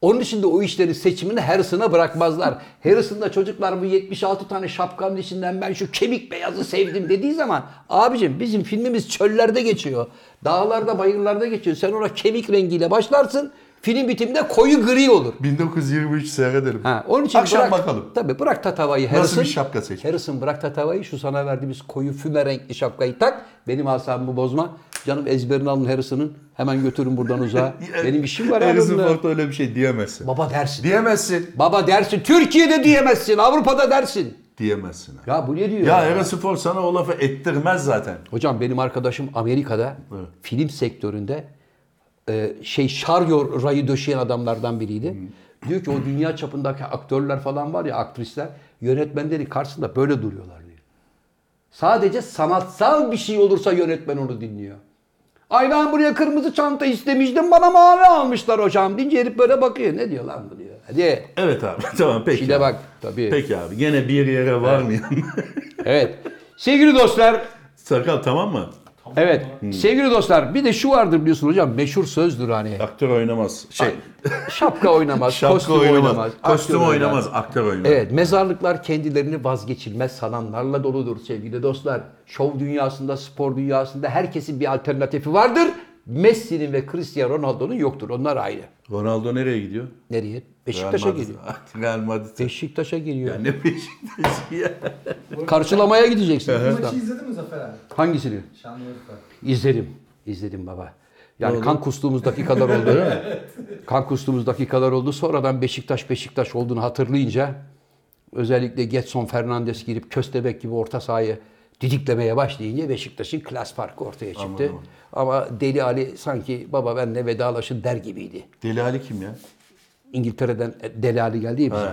Onun için de o işlerin seçimini Harrison'a bırakmazlar. Harrison'da çocuklar bu 76 tane şapkanın içinden ben şu kemik beyazı sevdim dediği zaman abicim bizim filmimiz çöllerde geçiyor. Dağlarda bayırlarda geçiyor. Sen ona kemik rengiyle başlarsın. Film bitiminde koyu gri olur. 1923 seyredelim. Ha, onun için Akşam bırak, bakalım. Tabii bırak tatavayı Nasıl Harrison. bir şapka seç? Harrison bırak tatavayı şu sana verdiğimiz koyu füme renkli şapkayı tak. Benim asabımı bozma. Canım ezberini alın Harrison'ın. Hemen götürün buradan (laughs) uzağa. Benim işim var. Harrison adamla. Ford'a öyle bir şey diyemezsin. Baba dersin. Diyemezsin. Baba dersin. Türkiye'de diyemezsin. Avrupa'da dersin. Diyemezsin. abi. Ya bu ne diyor? Ya ya? Harrison Ford sana o lafı ettirmez zaten. Hocam benim arkadaşım Amerika'da film sektöründe e, şey şaryo rayı döşeyen adamlardan biriydi. Diyor ki o dünya çapındaki aktörler falan var ya aktrisler yönetmenleri karşısında böyle duruyorlar diyor. Sadece sanatsal bir şey olursa yönetmen onu dinliyor. Ay ben buraya kırmızı çanta istemiştim bana mavi almışlar hocam deyince herif böyle bakıyor. Ne diyor lan bu diyor. Hadi Evet abi (laughs) tamam peki. şile abi. bak. Tabii. Peki abi gene bir yere varmayalım. Evet. Sevgili dostlar, (laughs) Sakal tamam mı? Hmm. evet. Sevgili dostlar, bir de şu vardır biliyorsun hocam, meşhur sözdür hani. Aktör oynamaz. Şey Şapka oynamaz, şapka kostüm oynamaz. oynamaz. Kostüm aktör oynar. oynamaz. Aktör oynar. Evet, mezarlıklar kendilerini vazgeçilmez sananlarla doludur sevgili dostlar. Şov dünyasında, spor dünyasında herkesin bir alternatifi vardır. Messi'nin ve Cristiano Ronaldo'nun yoktur. Onlar ayrı. Ronaldo nereye gidiyor? Nereye? Real Beşiktaş'a Madrid. geliyor. (laughs) Real Madrid'e. Beşiktaş'a geliyor. Ne Beşiktaş'ı ya? Karşılamaya gideceksin. Bu Usta. maçı izledin mi Zafer abi? Hangisini? Şanlıurfa. İzledim. İzledim baba. Yani kan kustuğumuz dakikalar oldu. kan kustuğumuz dakikalar oldu. Sonradan Beşiktaş Beşiktaş olduğunu hatırlayınca özellikle Getson Fernandes girip köstebek gibi orta sahayı didiklemeye başlayınca Beşiktaş'ın klas farkı ortaya çıktı. Anladım. Ama Deli Ali sanki baba benle vedalaşın der gibiydi. Deli Ali kim ya? İngiltere'den Deli Ali geldi ya bizim. He.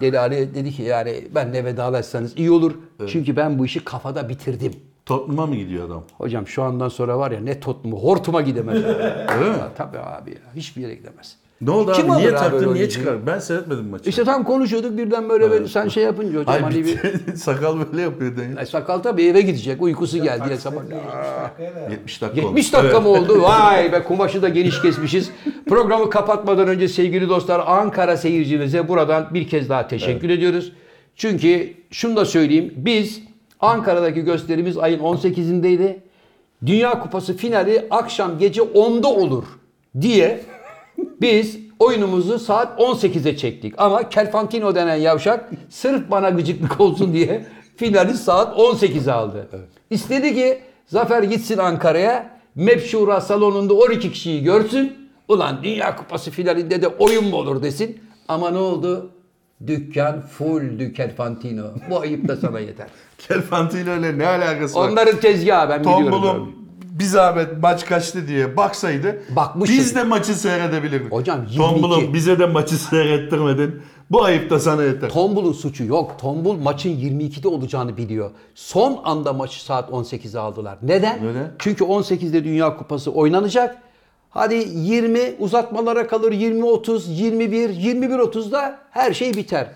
Dedi Ali dedi ki yani benle vedalaşsanız iyi olur. Çünkü ben bu işi kafada bitirdim. Tottenham'a mı gidiyor adam? Hocam şu andan sonra var ya ne Tottenham'ı hortuma gidemez. (laughs) Öyle mi? Tabii abi ya. Hiçbir yere gidemez. Ne oldu Kim abi? alır Niye abi taktın? öyle Niye oyuncuyu? çıkar? Ben seyretmedim maçı. (laughs) İşte tam konuşuyorduk birden böyle ben- sen şey yapınca hocam Ay, hani bir bir- (laughs) sakal böyle yapıyor Daniel. Ay, sakal tabii eve gidecek. Uykusu geldi ya sabah. Taksitle 70 70 dakikaya da- dakika olmuş. 70 dakika Evet. mı oldu? Vay be kumaşı da geniş kesmişiz. Programı kapatmadan önce sevgili dostlar Ankara seyircimize buradan bir kez daha teşekkür ediyoruz. Çünkü şunu da söyleyeyim. Biz Ankara'daki gösterimiz ayın 18'indeydi. Dünya Kupası finali akşam gece 10'da olur diye biz oyunumuzu saat 18'e çektik. Ama Kerfantino denen yavşak sırf bana gıcıklık olsun diye finali saat 18'e aldı. İstedi ki Zafer gitsin Ankara'ya. MEP Şura salonunda 12 kişiyi görsün. Ulan Dünya Kupası finalinde de oyun mu olur desin. Ama ne oldu? Dükkan fulldü Kerfantino. Bu ayıp da sana yeter. Kerfantino ile ne alakası var? Onların tezgahı ben biliyorum. abi. Tombal'ın bir zahmet maç kaçtı diye baksaydı Bakmıştık. biz de maçı seyredebilirdik. Hocam 22. Tombal'ın bize de maçı seyrettirmedin. Bu ayıp da sana yeter. Tombul'un suçu yok. Tombul maçın 22'de olacağını biliyor. Son anda maçı saat 18'e aldılar. Neden? Neden? Çünkü 18'de Dünya Kupası oynanacak. Hadi 20 uzatmalara kalır. 20-30, 21, 21-30'da her şey biter.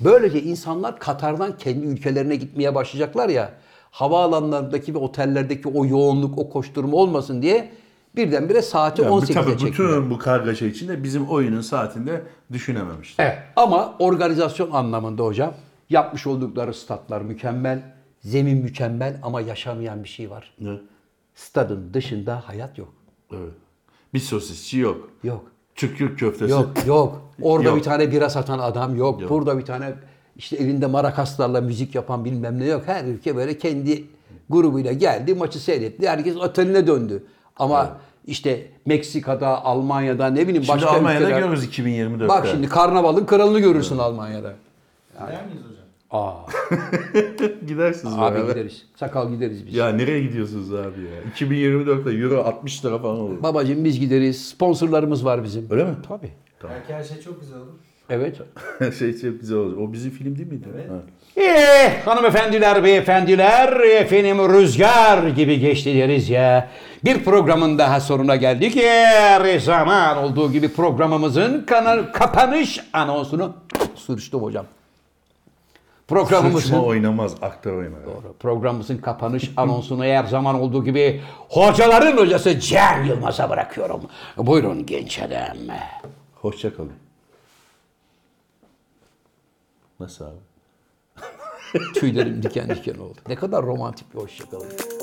Böylece insanlar Katar'dan kendi ülkelerine gitmeye başlayacaklar ya. Havaalanlarındaki ve otellerdeki o yoğunluk, o koşturma olmasın diye birdenbire saati Yani bu- 18'e tabii çekiyor. bütün bu kargaşa içinde bizim oyunun saatinde düşünememişler. Evet. Ama organizasyon anlamında hocam yapmış oldukları statlar mükemmel, zemin mükemmel ama yaşamayan bir şey var. Ne? Stadın dışında hayat yok. Evet. Bir sosisçi yok. Yok. Çükür köftesi. Yok, yok. Orada Yok. bir tane bira satan adam yok. Yok. Burada bir tane işte elinde marakaslarla müzik yapan bilmem ne yok. Her ülke böyle kendi grubuyla geldi, maçı seyretti. Herkes oteline döndü. Ama işte Meksika'da, Almanya'da ne bileyim Şimdi başka Almanya'da ülkeler. görürüz 2024'te. Bak şimdi karnavalın kralını görürsün Almanya'da. Gider miyiz hocam? Aa. (laughs) Gidersiniz Abi beraber. gideriz. Sakal gideriz biz. Ya nereye gidiyorsunuz abi ya? 2024'te euro 60 lira falan olur. Babacım biz gideriz. Sponsorlarımız var bizim. Öyle mi? (laughs) Tabii. Belki her şey çok güzel olur. Evet. şey şey bize olur. O bizim film değil miydi? Evet. Ha. Eh hanımefendiler, beyefendiler, efendim rüzgar gibi geçti deriz ya. Bir programın daha sonuna geldik. Her zaman olduğu gibi programımızın kana- kapanış anonsunu Sürçtüm hocam. programımızın Suçma oynamaz, aktör oynar. Doğru. Programımızın kapanış (laughs) anonsunu her zaman olduğu gibi hocaların hocası Cem Yılmaz'a bırakıyorum. Buyurun genç adam. Hoşça kalın. Nasıl abi? Tüylerim diken diken oldu. Ne kadar romantik bir hoşçakalın.